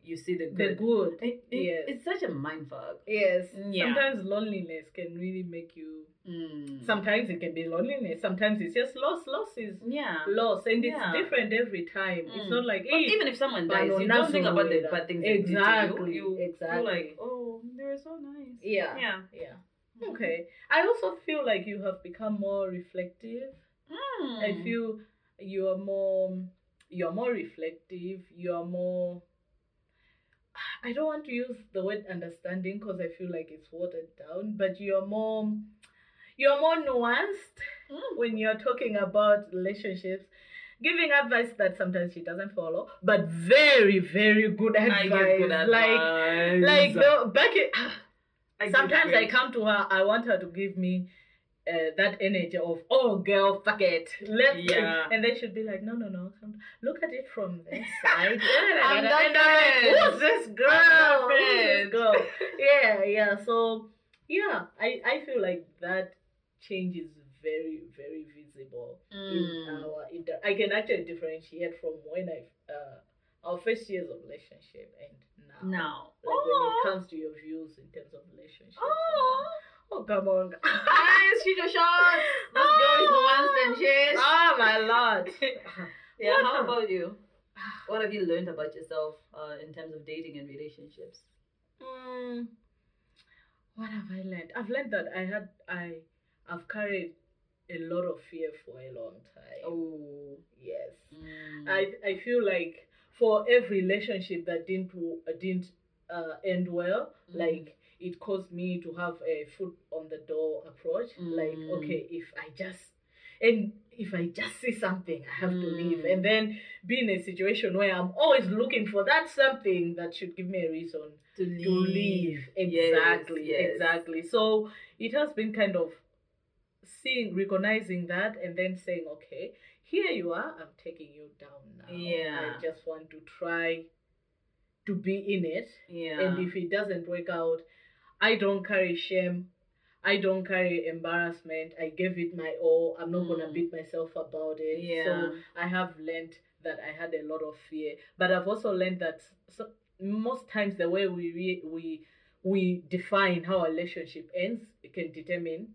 [SPEAKER 2] you see the
[SPEAKER 1] The
[SPEAKER 2] good.
[SPEAKER 1] good.
[SPEAKER 2] It- it-
[SPEAKER 1] Yes.
[SPEAKER 2] It's such a mind fuck.
[SPEAKER 1] Yes.
[SPEAKER 2] Yeah.
[SPEAKER 1] Sometimes loneliness can really make you.
[SPEAKER 2] Mm.
[SPEAKER 1] Sometimes it can be loneliness. Sometimes it's just loss. Loss is
[SPEAKER 2] yeah.
[SPEAKER 1] loss, and it's
[SPEAKER 2] Yeah.
[SPEAKER 1] different every time. It's
[SPEAKER 2] Mm.
[SPEAKER 1] not like
[SPEAKER 2] But
[SPEAKER 1] "Eh,
[SPEAKER 2] even if someone
[SPEAKER 1] But
[SPEAKER 2] dies,
[SPEAKER 1] no,
[SPEAKER 2] you don't
[SPEAKER 1] nothing
[SPEAKER 2] think about the
[SPEAKER 1] with
[SPEAKER 2] bad
[SPEAKER 1] that.
[SPEAKER 2] things they did to you.
[SPEAKER 1] Exactly,
[SPEAKER 2] You feel
[SPEAKER 1] exactly.
[SPEAKER 2] like, oh, they were so nice.
[SPEAKER 1] Yeah.
[SPEAKER 2] Yeah.
[SPEAKER 1] yeah. Okay. I also feel like you have become more reflective.
[SPEAKER 2] Mm.
[SPEAKER 1] I feel you are more you're more reflective, you are more I don't want to use the word understanding because I feel like it's watered down, but you're more you're more nuanced
[SPEAKER 2] Mm.
[SPEAKER 1] when you're talking about relationships, giving advice that sometimes she doesn't follow, but very, very good
[SPEAKER 2] I
[SPEAKER 1] advice.
[SPEAKER 2] give good
[SPEAKER 1] Like
[SPEAKER 2] advice.
[SPEAKER 1] like the back in,
[SPEAKER 2] I give
[SPEAKER 1] sometimes I
[SPEAKER 2] great-
[SPEAKER 1] come to her, I want her to give me uh, that energy of, oh, girl, fuck it. Let
[SPEAKER 2] Yeah.
[SPEAKER 1] And then she'd be like, no, no, no. come- Look at it from this side.
[SPEAKER 2] I'm
[SPEAKER 1] and
[SPEAKER 2] not
[SPEAKER 1] I'm like, who's
[SPEAKER 2] friends.
[SPEAKER 1] this
[SPEAKER 2] not
[SPEAKER 1] girl? Who's this
[SPEAKER 2] friends.
[SPEAKER 1] girl? Yeah, yeah. So, yeah, I, I feel like that change is very, very visible in
[SPEAKER 2] Mm.
[SPEAKER 1] our inter- I can actually differentiate from when I, uh, our first years of relationship and now.
[SPEAKER 2] Now.
[SPEAKER 1] Like
[SPEAKER 2] Aw.
[SPEAKER 1] when it comes to your views in terms of relationships. and
[SPEAKER 2] Aw.
[SPEAKER 1] that. Oh, come on.
[SPEAKER 2] Guys, shoot your shots. This girl is nuanced and shit.
[SPEAKER 1] oh my lord.
[SPEAKER 2] Yeah,
[SPEAKER 1] What
[SPEAKER 2] how
[SPEAKER 1] happened?
[SPEAKER 2] about you? What have you learned about yourself uh, in terms of dating and relationships?
[SPEAKER 1] Mm, what have I learned? I've learned that I had I I've carried a lot of fear for a long time.
[SPEAKER 2] Oh.
[SPEAKER 1] Yes.
[SPEAKER 2] Mm.
[SPEAKER 1] I I feel like for every relationship that didn't w- uh, didn't uh, end well,
[SPEAKER 2] Mm.
[SPEAKER 1] like it caused me to have a foot on the door approach.
[SPEAKER 2] Mm.
[SPEAKER 1] Like okay, if I just and if I just see something, I have to leave,
[SPEAKER 2] Mm.
[SPEAKER 1] and then be in a situation where I'm always looking for that something that should give me a reason
[SPEAKER 2] to leave.
[SPEAKER 1] to leave.
[SPEAKER 2] Mm, Yes,
[SPEAKER 1] Exactly,
[SPEAKER 2] yes.
[SPEAKER 1] exactly. So it has been kind of seeing, recognizing that, and then saying, okay, here you are. I'm taking you down now.
[SPEAKER 2] Yeah.
[SPEAKER 1] I just want to try to be in it,
[SPEAKER 2] Yeah.
[SPEAKER 1] and if it doesn't work out, I don't carry shame. I don't carry embarrassment. I gave it my all. I'm not gonna
[SPEAKER 2] Mm.
[SPEAKER 1] beat myself about it.
[SPEAKER 2] yeah.
[SPEAKER 1] So I have learned that I had a lot of fear, but I've also learned that so, most times the way we re- we we define how a relationship ends it can determine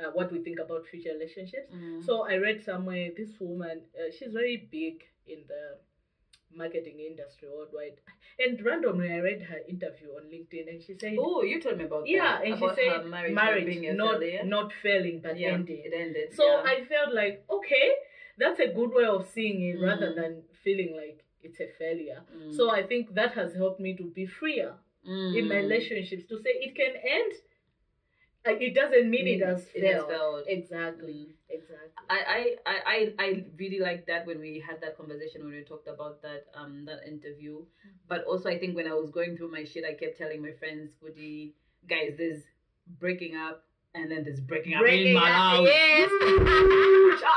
[SPEAKER 1] uh, what we think about future relationships.
[SPEAKER 2] Mm.
[SPEAKER 1] So I read somewhere this woman, uh, she's very big in the marketing industry worldwide. And randomly, I read her interview on LinkedIn, and she said,
[SPEAKER 2] Oh, you told me about
[SPEAKER 1] "Yeah,"
[SPEAKER 2] that.
[SPEAKER 1] and
[SPEAKER 2] about
[SPEAKER 1] she
[SPEAKER 2] her
[SPEAKER 1] said,
[SPEAKER 2] marriage,
[SPEAKER 1] "Marriage,
[SPEAKER 2] not being a
[SPEAKER 1] not
[SPEAKER 2] failure.
[SPEAKER 1] not failing but
[SPEAKER 2] yeah,
[SPEAKER 1] ending."
[SPEAKER 2] It ended.
[SPEAKER 1] So
[SPEAKER 2] yeah.
[SPEAKER 1] I felt like, okay, that's a good way of seeing it, rather
[SPEAKER 2] Mhm.
[SPEAKER 1] than feeling like it's a failure.
[SPEAKER 2] Mm.
[SPEAKER 1] So I think that has helped me to be freer
[SPEAKER 2] Mm.
[SPEAKER 1] in my relationships to say it can end. uh, It doesn't mean it
[SPEAKER 2] Mean
[SPEAKER 1] has
[SPEAKER 2] Mm. it has
[SPEAKER 1] failed.
[SPEAKER 2] failed.
[SPEAKER 1] Exactly.
[SPEAKER 2] Mm.
[SPEAKER 1] Exactly.
[SPEAKER 2] I, I, I, I I really like that when we had that conversation when we talked about that um that interview. But also I think when I was going through my shit I kept telling my friends, Woody, guys, there's breaking up and then there's breaking up in
[SPEAKER 1] Breaking
[SPEAKER 2] my
[SPEAKER 1] up,
[SPEAKER 2] house.
[SPEAKER 1] yes.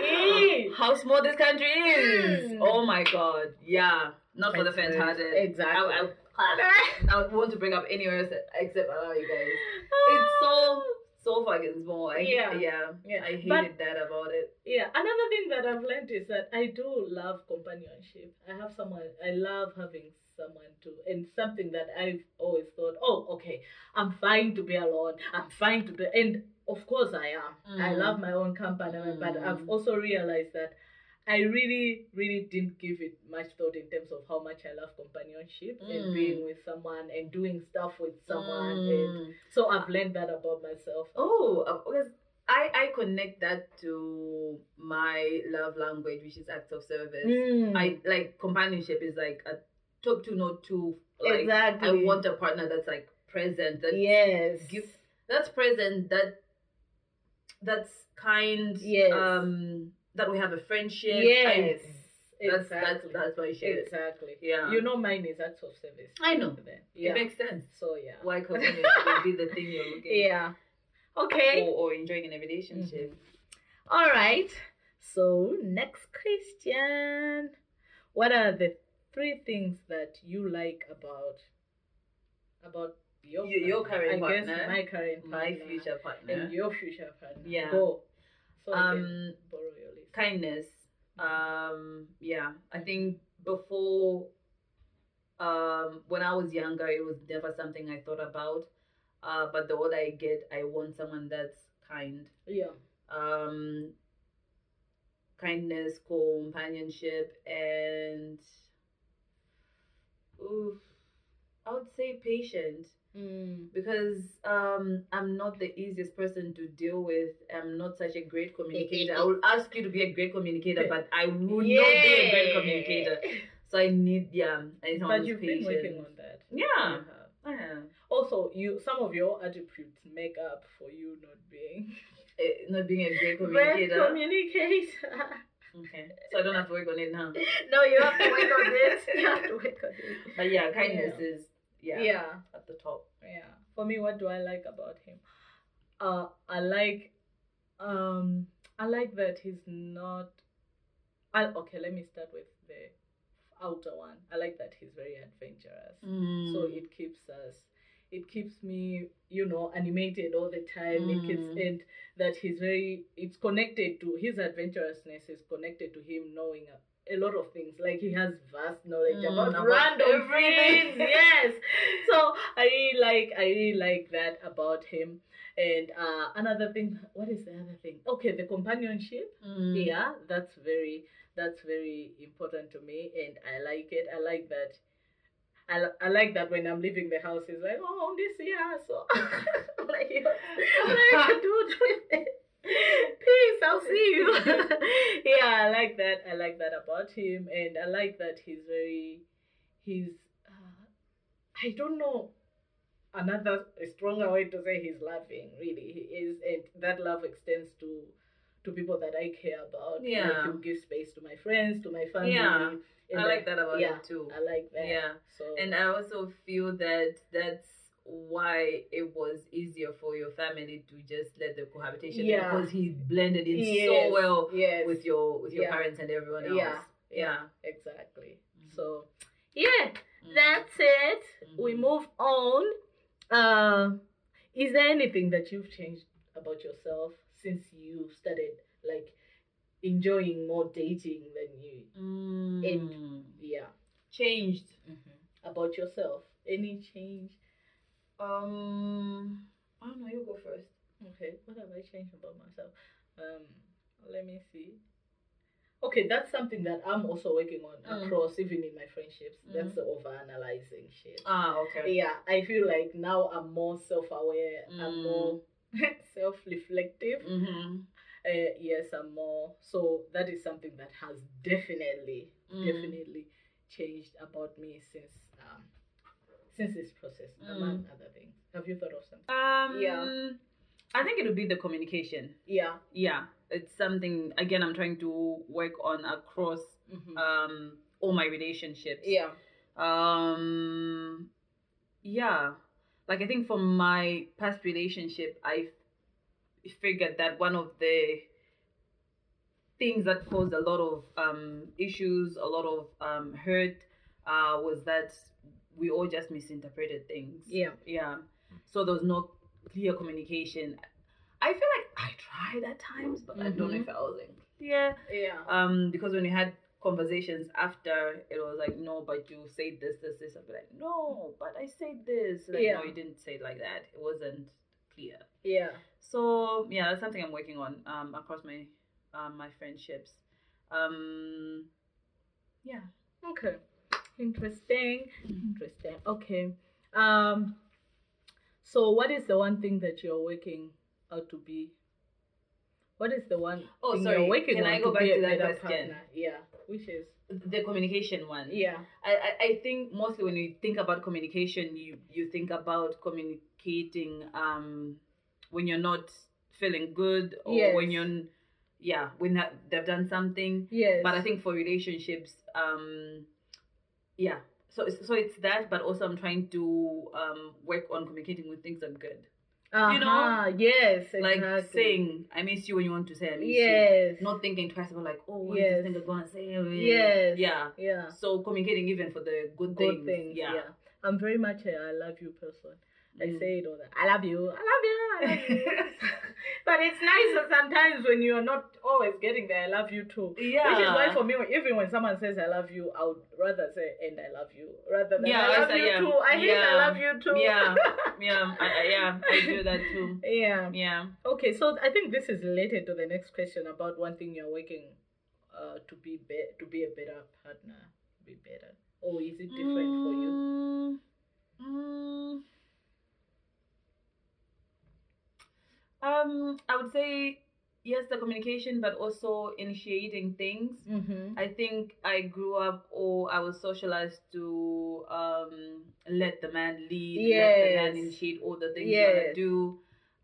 [SPEAKER 1] Eh.
[SPEAKER 2] How small this country is.
[SPEAKER 1] Mm.
[SPEAKER 2] Oh my god. Yeah. Not for the faint hearted.
[SPEAKER 1] Exactly.
[SPEAKER 2] I, I, I would want to bring up anywhere else except allow you guys. It's so so fucking small. I,
[SPEAKER 1] Yeah.
[SPEAKER 2] yeah.
[SPEAKER 1] Yeah.
[SPEAKER 2] I hated
[SPEAKER 1] But
[SPEAKER 2] that about it.
[SPEAKER 1] Yeah, another thing that I've learned is that I do love companionship. I have someone, I love having someone to, and something that I've always thought, oh, okay, I'm fine to be alone. I'm fine to be, and of course I am. I
[SPEAKER 2] Mm.
[SPEAKER 1] love my own company, but I've
[SPEAKER 2] Mm.
[SPEAKER 1] also realized that I really, really didn't give it much thought in terms of how much I love companionship
[SPEAKER 2] Mm.
[SPEAKER 1] and being with someone and doing stuff with someone. And
[SPEAKER 2] Mm.
[SPEAKER 1] so I've learned that about myself.
[SPEAKER 2] Oh, uh, because I I connect that to my love language, which is acts of service.
[SPEAKER 1] Mm.
[SPEAKER 2] I like companionship is like a top two, not two. Like
[SPEAKER 1] exactly.
[SPEAKER 2] I want a partner that's like present, that
[SPEAKER 1] yes.
[SPEAKER 2] give- that's present, that that's kind.
[SPEAKER 1] Yes.
[SPEAKER 2] Um, that we have a friendship. I-
[SPEAKER 1] Yes.
[SPEAKER 2] that's
[SPEAKER 1] exactly.
[SPEAKER 2] that's that's my shit.
[SPEAKER 1] exactly.
[SPEAKER 2] Yeah.
[SPEAKER 1] You know, mine is acts of service.
[SPEAKER 2] I know.
[SPEAKER 1] Then.
[SPEAKER 2] It
[SPEAKER 1] Yeah.
[SPEAKER 2] makes sense.
[SPEAKER 1] so yeah.
[SPEAKER 2] Why companionship would be the thing you're looking Oh.
[SPEAKER 1] Yeah. Okay. Mm-hmm.
[SPEAKER 2] or, or enjoying in a relationship.
[SPEAKER 1] All right. So next question. What are the three things that you like about about your
[SPEAKER 2] Y- your
[SPEAKER 1] partner?
[SPEAKER 2] current
[SPEAKER 1] I guess
[SPEAKER 2] partner,
[SPEAKER 1] my current
[SPEAKER 2] My
[SPEAKER 1] partner
[SPEAKER 2] future partner.
[SPEAKER 1] Mm-hmm. and your future partner.
[SPEAKER 2] Yeah.
[SPEAKER 1] Go. So Mm-hmm. I can
[SPEAKER 2] um
[SPEAKER 1] borrow your list.
[SPEAKER 2] kindness um yeah i think before um when i was younger it was never something i thought about uh but the older i get i want someone that's kind
[SPEAKER 1] Yeah.
[SPEAKER 2] um kindness companionship and oof, i would say patient
[SPEAKER 1] Mm.
[SPEAKER 2] because um, I'm not the easiest person to deal with. I'm not such a great communicator. I will ask you to be a great communicator, but I will not be a great
[SPEAKER 1] Yeah.
[SPEAKER 2] communicator. So I need, yeah, I
[SPEAKER 1] But
[SPEAKER 2] need someone's
[SPEAKER 1] you've
[SPEAKER 2] patience.
[SPEAKER 1] been working on that.
[SPEAKER 2] yeah.
[SPEAKER 1] You have.
[SPEAKER 2] yeah.
[SPEAKER 1] Also, you some of your attributes make up for you not being
[SPEAKER 2] Eh, not being a great
[SPEAKER 1] Great
[SPEAKER 2] communicator.
[SPEAKER 1] communicator.
[SPEAKER 2] okay. So I don't have to work on it now.
[SPEAKER 1] no, you have to work on this. You have to work on this.
[SPEAKER 2] But yeah, kindness is yeah,
[SPEAKER 1] Yeah. yeah,
[SPEAKER 2] at the top.
[SPEAKER 1] For me, what do I like about him? Uh, I like, um, I like that he's not. I okay. Let me start with the outer one. I like that he's very adventurous. so
[SPEAKER 2] Mm.
[SPEAKER 1] it keeps us it keeps me you know animated all the time it keeps
[SPEAKER 2] Mm.
[SPEAKER 1] and that he's very it's connected to his adventurousness is connected to him knowing a, a lot of things like he has vast knowledge
[SPEAKER 2] Mm,
[SPEAKER 1] about,
[SPEAKER 2] about
[SPEAKER 1] random
[SPEAKER 2] everything.
[SPEAKER 1] things yes so i really like i really like that about him and uh another thing what is the other thing okay the companionship
[SPEAKER 2] Mm.
[SPEAKER 1] yeah that's very that's very important to me and i like it i like that I, li- I like that when I'm leaving the house, it's like, oh, this year, so like, you like, dude, peace, I'll see you. yeah, I like that. I like that about him, and I like that he's very, he's, uh, I don't know, another a stronger way to say he's loving. Really, he is, and that love extends to, to people that I care about.
[SPEAKER 2] Yeah.
[SPEAKER 1] like, he gives space to my friends, to my family.
[SPEAKER 2] Yeah.
[SPEAKER 1] and
[SPEAKER 2] I like that about
[SPEAKER 1] yeah.
[SPEAKER 2] it too.
[SPEAKER 1] I like that.
[SPEAKER 2] Yeah.
[SPEAKER 1] So
[SPEAKER 2] And I also feel that that's why it was easier for your family to just let the cohabitation in
[SPEAKER 1] Yeah.
[SPEAKER 2] because he blended in so
[SPEAKER 1] Yes,
[SPEAKER 2] well
[SPEAKER 1] yes,
[SPEAKER 2] with your with your
[SPEAKER 1] Yeah.
[SPEAKER 2] parents and everyone else.
[SPEAKER 1] Yeah.
[SPEAKER 2] Yeah.
[SPEAKER 1] exactly.
[SPEAKER 2] Mhm.
[SPEAKER 1] So yeah,
[SPEAKER 2] Mm.
[SPEAKER 1] that's it. We
[SPEAKER 2] Mhm.
[SPEAKER 1] move on. Uh, is there anything that you've changed about yourself since you started like enjoying more dating than you?
[SPEAKER 2] Mm.
[SPEAKER 1] Yeah,
[SPEAKER 2] changed.
[SPEAKER 1] about yourself. Any change?
[SPEAKER 2] Um I don't know, you go first.
[SPEAKER 1] Okay, what have I changed about myself? Um, let me see. Okay, that's something that I'm also working on
[SPEAKER 2] Mm.
[SPEAKER 1] across, even in my friendships. That's
[SPEAKER 2] Mhm.
[SPEAKER 1] the overanalyzing shit.
[SPEAKER 2] Ah, okay.
[SPEAKER 1] Yeah, I feel like now I'm more self-aware. I'm
[SPEAKER 2] Mm.
[SPEAKER 1] more self-reflective.
[SPEAKER 2] Mm-hmm.
[SPEAKER 1] Uh, yes, I'm more. So that is something that has definitely,
[SPEAKER 2] Mm.
[SPEAKER 1] definitely changed about me since um, since this process,
[SPEAKER 2] Mm.
[SPEAKER 1] among other things. Have you thought of something?
[SPEAKER 2] Um,
[SPEAKER 1] Yeah.
[SPEAKER 2] I think it would be the communication.
[SPEAKER 1] Yeah.
[SPEAKER 2] Yeah, it's something again I'm trying to work on across
[SPEAKER 1] Mm-hmm.
[SPEAKER 2] um all my relationships.
[SPEAKER 1] yeah.
[SPEAKER 2] Um, yeah, like I think from my past relationship, I f- figured that one of the things that caused a lot of um, issues, a lot of um, hurt, uh, was that we all just misinterpreted things.
[SPEAKER 1] Yeah.
[SPEAKER 2] Yeah. So there was no clear communication. I feel like I tried at times, but I don't know
[SPEAKER 1] Mhm.
[SPEAKER 2] if I was like clear.
[SPEAKER 1] Yeah.
[SPEAKER 2] Um, because when we had conversations after, it was like, no, but you said this, this, this. I'd be like, no, but I said this. Like,
[SPEAKER 1] Yeah.
[SPEAKER 2] no, you didn't say it like that. It wasn't clear.
[SPEAKER 1] yeah.
[SPEAKER 2] So yeah, that's something I'm working on um, across my um, my friendships. Um, yeah.
[SPEAKER 1] Okay. Interesting. Interesting. Okay. Um so what is the one thing that you're working out to be? What is the one
[SPEAKER 2] Oh,
[SPEAKER 1] thing
[SPEAKER 2] sorry.
[SPEAKER 1] you're working
[SPEAKER 2] Can
[SPEAKER 1] on
[SPEAKER 2] I go
[SPEAKER 1] to
[SPEAKER 2] back
[SPEAKER 1] be a
[SPEAKER 2] to that
[SPEAKER 1] better
[SPEAKER 2] question?
[SPEAKER 1] partner? Yeah. Which is
[SPEAKER 2] The communication one.
[SPEAKER 1] yeah.
[SPEAKER 2] I, I- I think mostly when you think about communication, you, you think about communicating um, when you're not feeling good or
[SPEAKER 1] Yes.
[SPEAKER 2] when you're, n- yeah, when that, they've done something.
[SPEAKER 1] Yes.
[SPEAKER 2] But I think for relationships, um, yeah. So, it's- so it's that, but also I'm trying to um, work on communicating when things are good.
[SPEAKER 1] uh-huh.
[SPEAKER 2] you know,
[SPEAKER 1] yes,
[SPEAKER 2] Like
[SPEAKER 1] exactly.
[SPEAKER 2] saying, I miss you when you want to say I miss you.
[SPEAKER 1] Yes.
[SPEAKER 2] Not thinking twice about like, oh, what is
[SPEAKER 1] Yes.
[SPEAKER 2] this thing going to say?
[SPEAKER 1] Yes.
[SPEAKER 2] Yeah.
[SPEAKER 1] yeah.
[SPEAKER 2] So communicating even for the good,
[SPEAKER 1] Good
[SPEAKER 2] things.
[SPEAKER 1] things.
[SPEAKER 2] Yeah.
[SPEAKER 1] I'm very much a I love you person. I
[SPEAKER 2] Mm.
[SPEAKER 1] say it all that. I love you. I love you. I love you. but it's nicer sometimes when you're not always getting the I love you too.
[SPEAKER 2] yeah.
[SPEAKER 1] Which is why for me, even when someone says I love you, I would rather say and I love you rather than
[SPEAKER 2] Yeah,
[SPEAKER 1] I love
[SPEAKER 2] I say,
[SPEAKER 1] you
[SPEAKER 2] yeah.
[SPEAKER 1] too. I hate
[SPEAKER 2] Yeah.
[SPEAKER 1] I love you too.
[SPEAKER 2] yeah, yeah, I, I, yeah, I do that too.
[SPEAKER 1] Yeah.
[SPEAKER 2] Yeah.
[SPEAKER 1] Okay, so I think this is related to the next question about one thing you're working uh, to be, be to be a better partner, be better, or is it different for you?
[SPEAKER 2] Mm, mm. Um, I would say yes, the communication, but also initiating things.
[SPEAKER 1] Mm-hmm.
[SPEAKER 2] I think I grew up or I was socialized to um, let the man lead, let the
[SPEAKER 1] Yes.
[SPEAKER 2] man initiate all the things you want
[SPEAKER 1] Yes.
[SPEAKER 2] to do.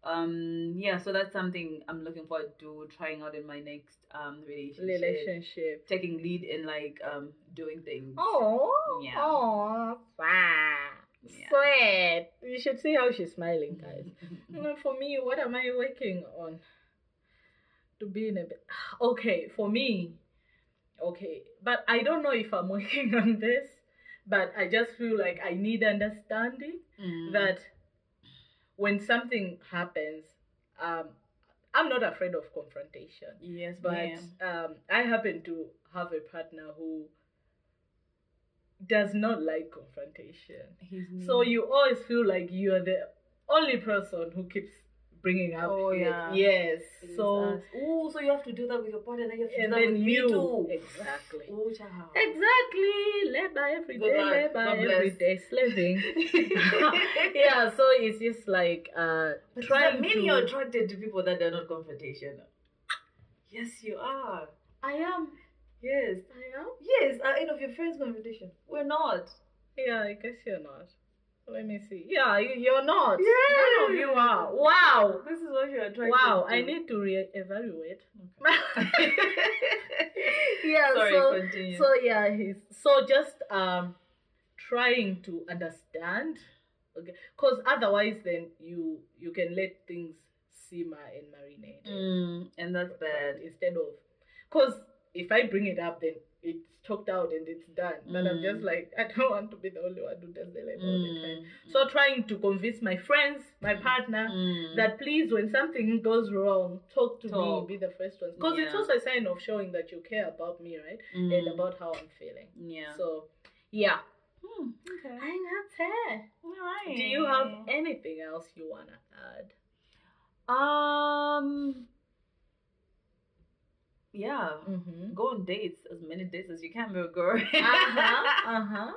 [SPEAKER 2] Um, yeah, so that's something I'm looking forward to trying out in my next um, relationship.
[SPEAKER 1] Relationship.
[SPEAKER 2] Taking lead in like um, doing things.
[SPEAKER 1] Oh,
[SPEAKER 2] Yeah.
[SPEAKER 1] oh, wow,
[SPEAKER 2] Yeah.
[SPEAKER 1] sweet. You should see how she's smiling, guys. No, for me, what am I working on? To be in a bit. Okay, for me, okay. But I don't know if I'm working on this, but I just feel like I need understanding
[SPEAKER 2] Mm.
[SPEAKER 1] that when something happens, um, I'm not afraid of confrontation
[SPEAKER 2] yes,
[SPEAKER 1] but
[SPEAKER 2] ma'am.
[SPEAKER 1] um, I happen to have a partner who does not like confrontation.
[SPEAKER 2] He's me.
[SPEAKER 1] So you always feel like you are the only person who keeps bringing up.
[SPEAKER 2] Oh,
[SPEAKER 1] his-
[SPEAKER 2] yeah.
[SPEAKER 1] Yes.
[SPEAKER 2] It is
[SPEAKER 1] So
[SPEAKER 2] us. ooh, so you have to do that with your partner, then you have to
[SPEAKER 1] and
[SPEAKER 2] do that
[SPEAKER 1] then
[SPEAKER 2] with
[SPEAKER 1] you
[SPEAKER 2] me too.
[SPEAKER 1] exactly.
[SPEAKER 2] Ooh, child.
[SPEAKER 1] Exactly. Labor every
[SPEAKER 2] Good
[SPEAKER 1] day.
[SPEAKER 2] luck. God
[SPEAKER 1] Labor every
[SPEAKER 2] bless.
[SPEAKER 1] day. Slaving. yeah. So it's just like uh,
[SPEAKER 2] But does
[SPEAKER 1] trying
[SPEAKER 2] that mean
[SPEAKER 1] to.
[SPEAKER 2] you're attracted to people that are not confrontational? Yes, you are.
[SPEAKER 1] I am.
[SPEAKER 2] Yes.
[SPEAKER 1] I am.
[SPEAKER 2] Yes, are any of your friends confrontational? We're not.
[SPEAKER 1] Yeah, I guess you're not. Let me see. Yeah, you- you're not. None of
[SPEAKER 2] Yes.
[SPEAKER 1] you are. Wow.
[SPEAKER 2] This is what you're attracted
[SPEAKER 1] Wow.
[SPEAKER 2] to.
[SPEAKER 1] I need to re-evaluate. yeah.
[SPEAKER 2] Sorry,
[SPEAKER 1] so
[SPEAKER 2] continue.
[SPEAKER 1] so yeah, he's so just um trying to understand. Okay. Cause otherwise, then you you can let things simmer and marinate.
[SPEAKER 2] Mm, and that's bad.
[SPEAKER 1] Instead of, cause if I bring it up, then it's talked out and it's done. But I'm just
[SPEAKER 2] Mm.
[SPEAKER 1] like I don't want to be the only one who does the labor all the time.
[SPEAKER 2] Mm,
[SPEAKER 1] So trying to convince my friends, my
[SPEAKER 2] Mm.
[SPEAKER 1] partner,
[SPEAKER 2] mm,
[SPEAKER 1] that please, when something goes wrong, talk to
[SPEAKER 2] Talk.
[SPEAKER 1] me, be the first one. Because it's
[SPEAKER 2] Yeah.
[SPEAKER 1] also a sign of showing that you care about me, right?
[SPEAKER 2] mm,
[SPEAKER 1] And about how I'm feeling.
[SPEAKER 2] yeah.
[SPEAKER 1] So, yeah.
[SPEAKER 2] Hmm, okay.
[SPEAKER 1] that's it.
[SPEAKER 2] All right.
[SPEAKER 1] Do you have anything else you want to add?
[SPEAKER 2] Um. yeah,
[SPEAKER 1] Mm-hmm.
[SPEAKER 2] go on dates as many dates as you can, little girl.
[SPEAKER 1] Uh-huh. Uh-huh.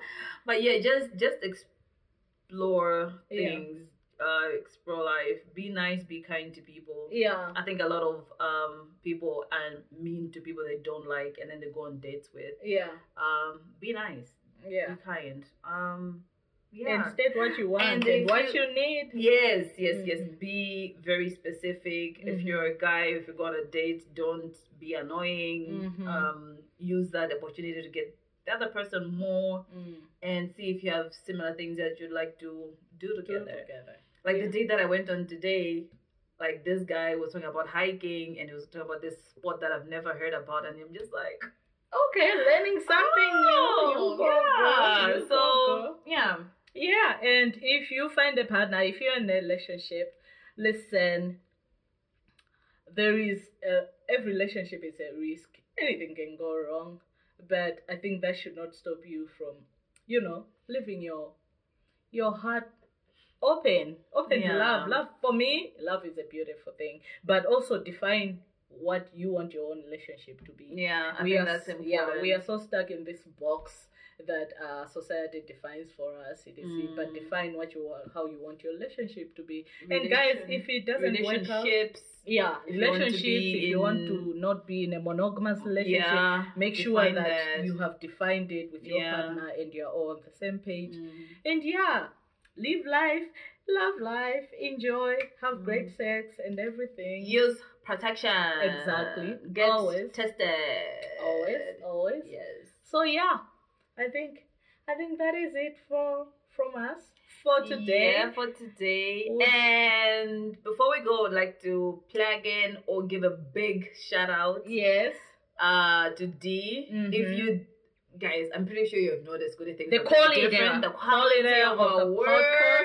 [SPEAKER 2] but yeah, just just explore
[SPEAKER 1] Yeah.
[SPEAKER 2] things, uh, explore life, be nice, be kind to people.
[SPEAKER 1] Yeah.
[SPEAKER 2] I think a lot of um people are mean to people they don't like, and then they go on dates with.
[SPEAKER 1] Yeah.
[SPEAKER 2] Um, be nice,
[SPEAKER 1] Yeah.
[SPEAKER 2] be kind. Um, yeah.
[SPEAKER 1] And state what you want and,
[SPEAKER 2] And if
[SPEAKER 1] what
[SPEAKER 2] you-
[SPEAKER 1] you need.
[SPEAKER 2] Yes, yes, yes.
[SPEAKER 1] Mhm.
[SPEAKER 2] Be very specific. If
[SPEAKER 1] Mhm.
[SPEAKER 2] you're a guy, if you go on a date, don't be annoying.
[SPEAKER 1] Mhm.
[SPEAKER 2] Um, use that opportunity to get the other person more
[SPEAKER 1] Mm.
[SPEAKER 2] and see if you have similar things that you'd like to do together.
[SPEAKER 1] Together.
[SPEAKER 2] Like
[SPEAKER 1] Yeah.
[SPEAKER 2] the date that I went on today, like this guy was talking about hiking and he was talking about this spot that I've never heard about, and I'm just like,
[SPEAKER 1] Okay, learning something new.
[SPEAKER 2] oh,
[SPEAKER 1] You go, girl.
[SPEAKER 2] yeah.
[SPEAKER 1] You go, girl.
[SPEAKER 2] so yeah,
[SPEAKER 1] Yeah, and if you find a partner, if you're in a relationship, listen, there is uh, every relationship is a risk. Anything can go wrong, but I think that should not stop you from, you know, leaving your your heart open, open to
[SPEAKER 2] Yeah.
[SPEAKER 1] love. Love for me, love is a beautiful thing, but also define what you want your own relationship to be
[SPEAKER 2] yeah. I
[SPEAKER 1] we
[SPEAKER 2] think
[SPEAKER 1] are
[SPEAKER 2] that's
[SPEAKER 1] s-
[SPEAKER 2] important.
[SPEAKER 1] yeah we are so stuck in this box that uh, society defines for us it is it, but
[SPEAKER 2] Mm.
[SPEAKER 1] define what you want how you want your relationship to be and guys if it doesn't work out
[SPEAKER 2] relationships.
[SPEAKER 1] yeah
[SPEAKER 2] if you want to
[SPEAKER 1] relationships
[SPEAKER 2] be
[SPEAKER 1] if you want
[SPEAKER 2] in-
[SPEAKER 1] to not be in a monogamous relationship
[SPEAKER 2] Yeah,
[SPEAKER 1] make sure that,
[SPEAKER 2] define that.
[SPEAKER 1] you have defined it with your
[SPEAKER 2] Yeah.
[SPEAKER 1] partner and you're all on the same page
[SPEAKER 2] Mm.
[SPEAKER 1] and yeah live life love life enjoy have
[SPEAKER 2] Mm.
[SPEAKER 1] great sex and everything
[SPEAKER 2] Use protection.
[SPEAKER 1] Exactly.
[SPEAKER 2] Get
[SPEAKER 1] Always.
[SPEAKER 2] tested.
[SPEAKER 1] always always
[SPEAKER 2] Yes.
[SPEAKER 1] So yeah, I think I think that is it for from us for today.
[SPEAKER 2] Yeah, for today.
[SPEAKER 1] Oof.
[SPEAKER 2] And before we go, I'd like to plug in or give a big shout out
[SPEAKER 1] Yes.
[SPEAKER 2] uh to D.
[SPEAKER 1] Mhm.
[SPEAKER 2] If you guys, I'm pretty sure you have noticed good things.
[SPEAKER 1] The
[SPEAKER 2] are
[SPEAKER 1] quality,
[SPEAKER 2] different, the quality of our work,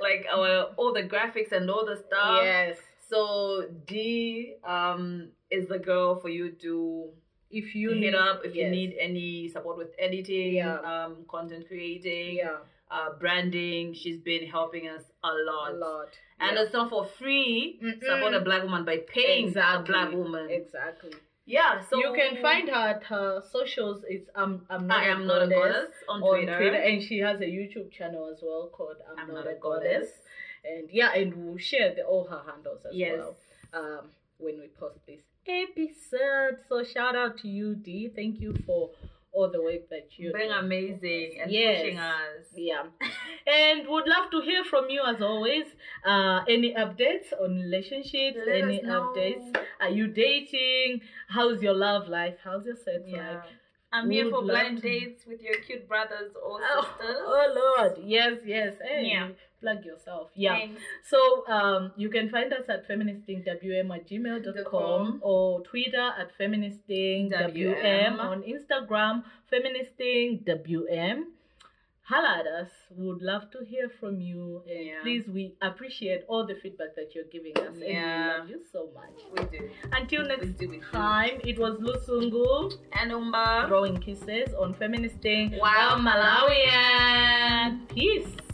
[SPEAKER 2] like our all the graphics and all the stuff.
[SPEAKER 1] yes.
[SPEAKER 2] So D um is the girl for you to
[SPEAKER 1] If
[SPEAKER 2] you
[SPEAKER 1] you
[SPEAKER 2] hit
[SPEAKER 1] need-
[SPEAKER 2] up if you
[SPEAKER 1] Mm-hmm. yes.
[SPEAKER 2] need any support with editing,
[SPEAKER 1] Yeah.
[SPEAKER 2] um, content creating,
[SPEAKER 1] yeah,
[SPEAKER 2] uh, branding. She's been helping us a lot.
[SPEAKER 1] a lot.
[SPEAKER 2] And
[SPEAKER 1] yeah.
[SPEAKER 2] it's not for free.
[SPEAKER 1] Mm-mm.
[SPEAKER 2] Support a black woman by paying a
[SPEAKER 1] Exactly.
[SPEAKER 2] black woman.
[SPEAKER 1] exactly.
[SPEAKER 2] yeah, so
[SPEAKER 1] you can find her at her socials. It's um I'm not
[SPEAKER 2] I am not a goddess on,
[SPEAKER 1] on
[SPEAKER 2] Twitter.
[SPEAKER 1] and she has a YouTube channel as well called I'm,
[SPEAKER 2] I'm
[SPEAKER 1] not, a goddess. And yeah, and we'll share the, all her handles as
[SPEAKER 2] Yes.
[SPEAKER 1] well. um, when we post this episode. So shout out to you, D. Thank you for all the work that you're
[SPEAKER 2] Being
[SPEAKER 1] doing.
[SPEAKER 2] amazing and
[SPEAKER 1] Yes.
[SPEAKER 2] pushing us.
[SPEAKER 1] Yeah, and would love to hear from you as always. Uh, any updates on relationships?
[SPEAKER 2] Let
[SPEAKER 1] any
[SPEAKER 2] us know.
[SPEAKER 1] updates? Are you dating? How's your love life? How's your sex
[SPEAKER 2] Yeah.
[SPEAKER 1] life?
[SPEAKER 2] I'm here
[SPEAKER 1] Would
[SPEAKER 2] for
[SPEAKER 1] love
[SPEAKER 2] blind
[SPEAKER 1] to-
[SPEAKER 2] dates with your cute brothers or
[SPEAKER 1] Oh,
[SPEAKER 2] sisters.
[SPEAKER 1] oh Lord, yes, yes. Hey,
[SPEAKER 2] Yeah.
[SPEAKER 1] plug yourself. Yeah.
[SPEAKER 2] Thanks.
[SPEAKER 1] So um, you can find us at feministingwm at gmail.com
[SPEAKER 2] com.
[SPEAKER 1] or Twitter at feministingwm
[SPEAKER 2] WM.
[SPEAKER 1] on Instagram feministingwm. Holla at us. Would love to hear from you. And
[SPEAKER 2] Yeah.
[SPEAKER 1] please, we appreciate all the feedback that you're giving us.
[SPEAKER 2] Yeah.
[SPEAKER 1] And we love you so much.
[SPEAKER 2] We do.
[SPEAKER 1] Until
[SPEAKER 2] We
[SPEAKER 1] next
[SPEAKER 2] do. We do.
[SPEAKER 1] time, it was Lusungu
[SPEAKER 2] And Umba.
[SPEAKER 1] throwing kisses on Feministing.
[SPEAKER 2] Wow,
[SPEAKER 1] Malawian. Peace.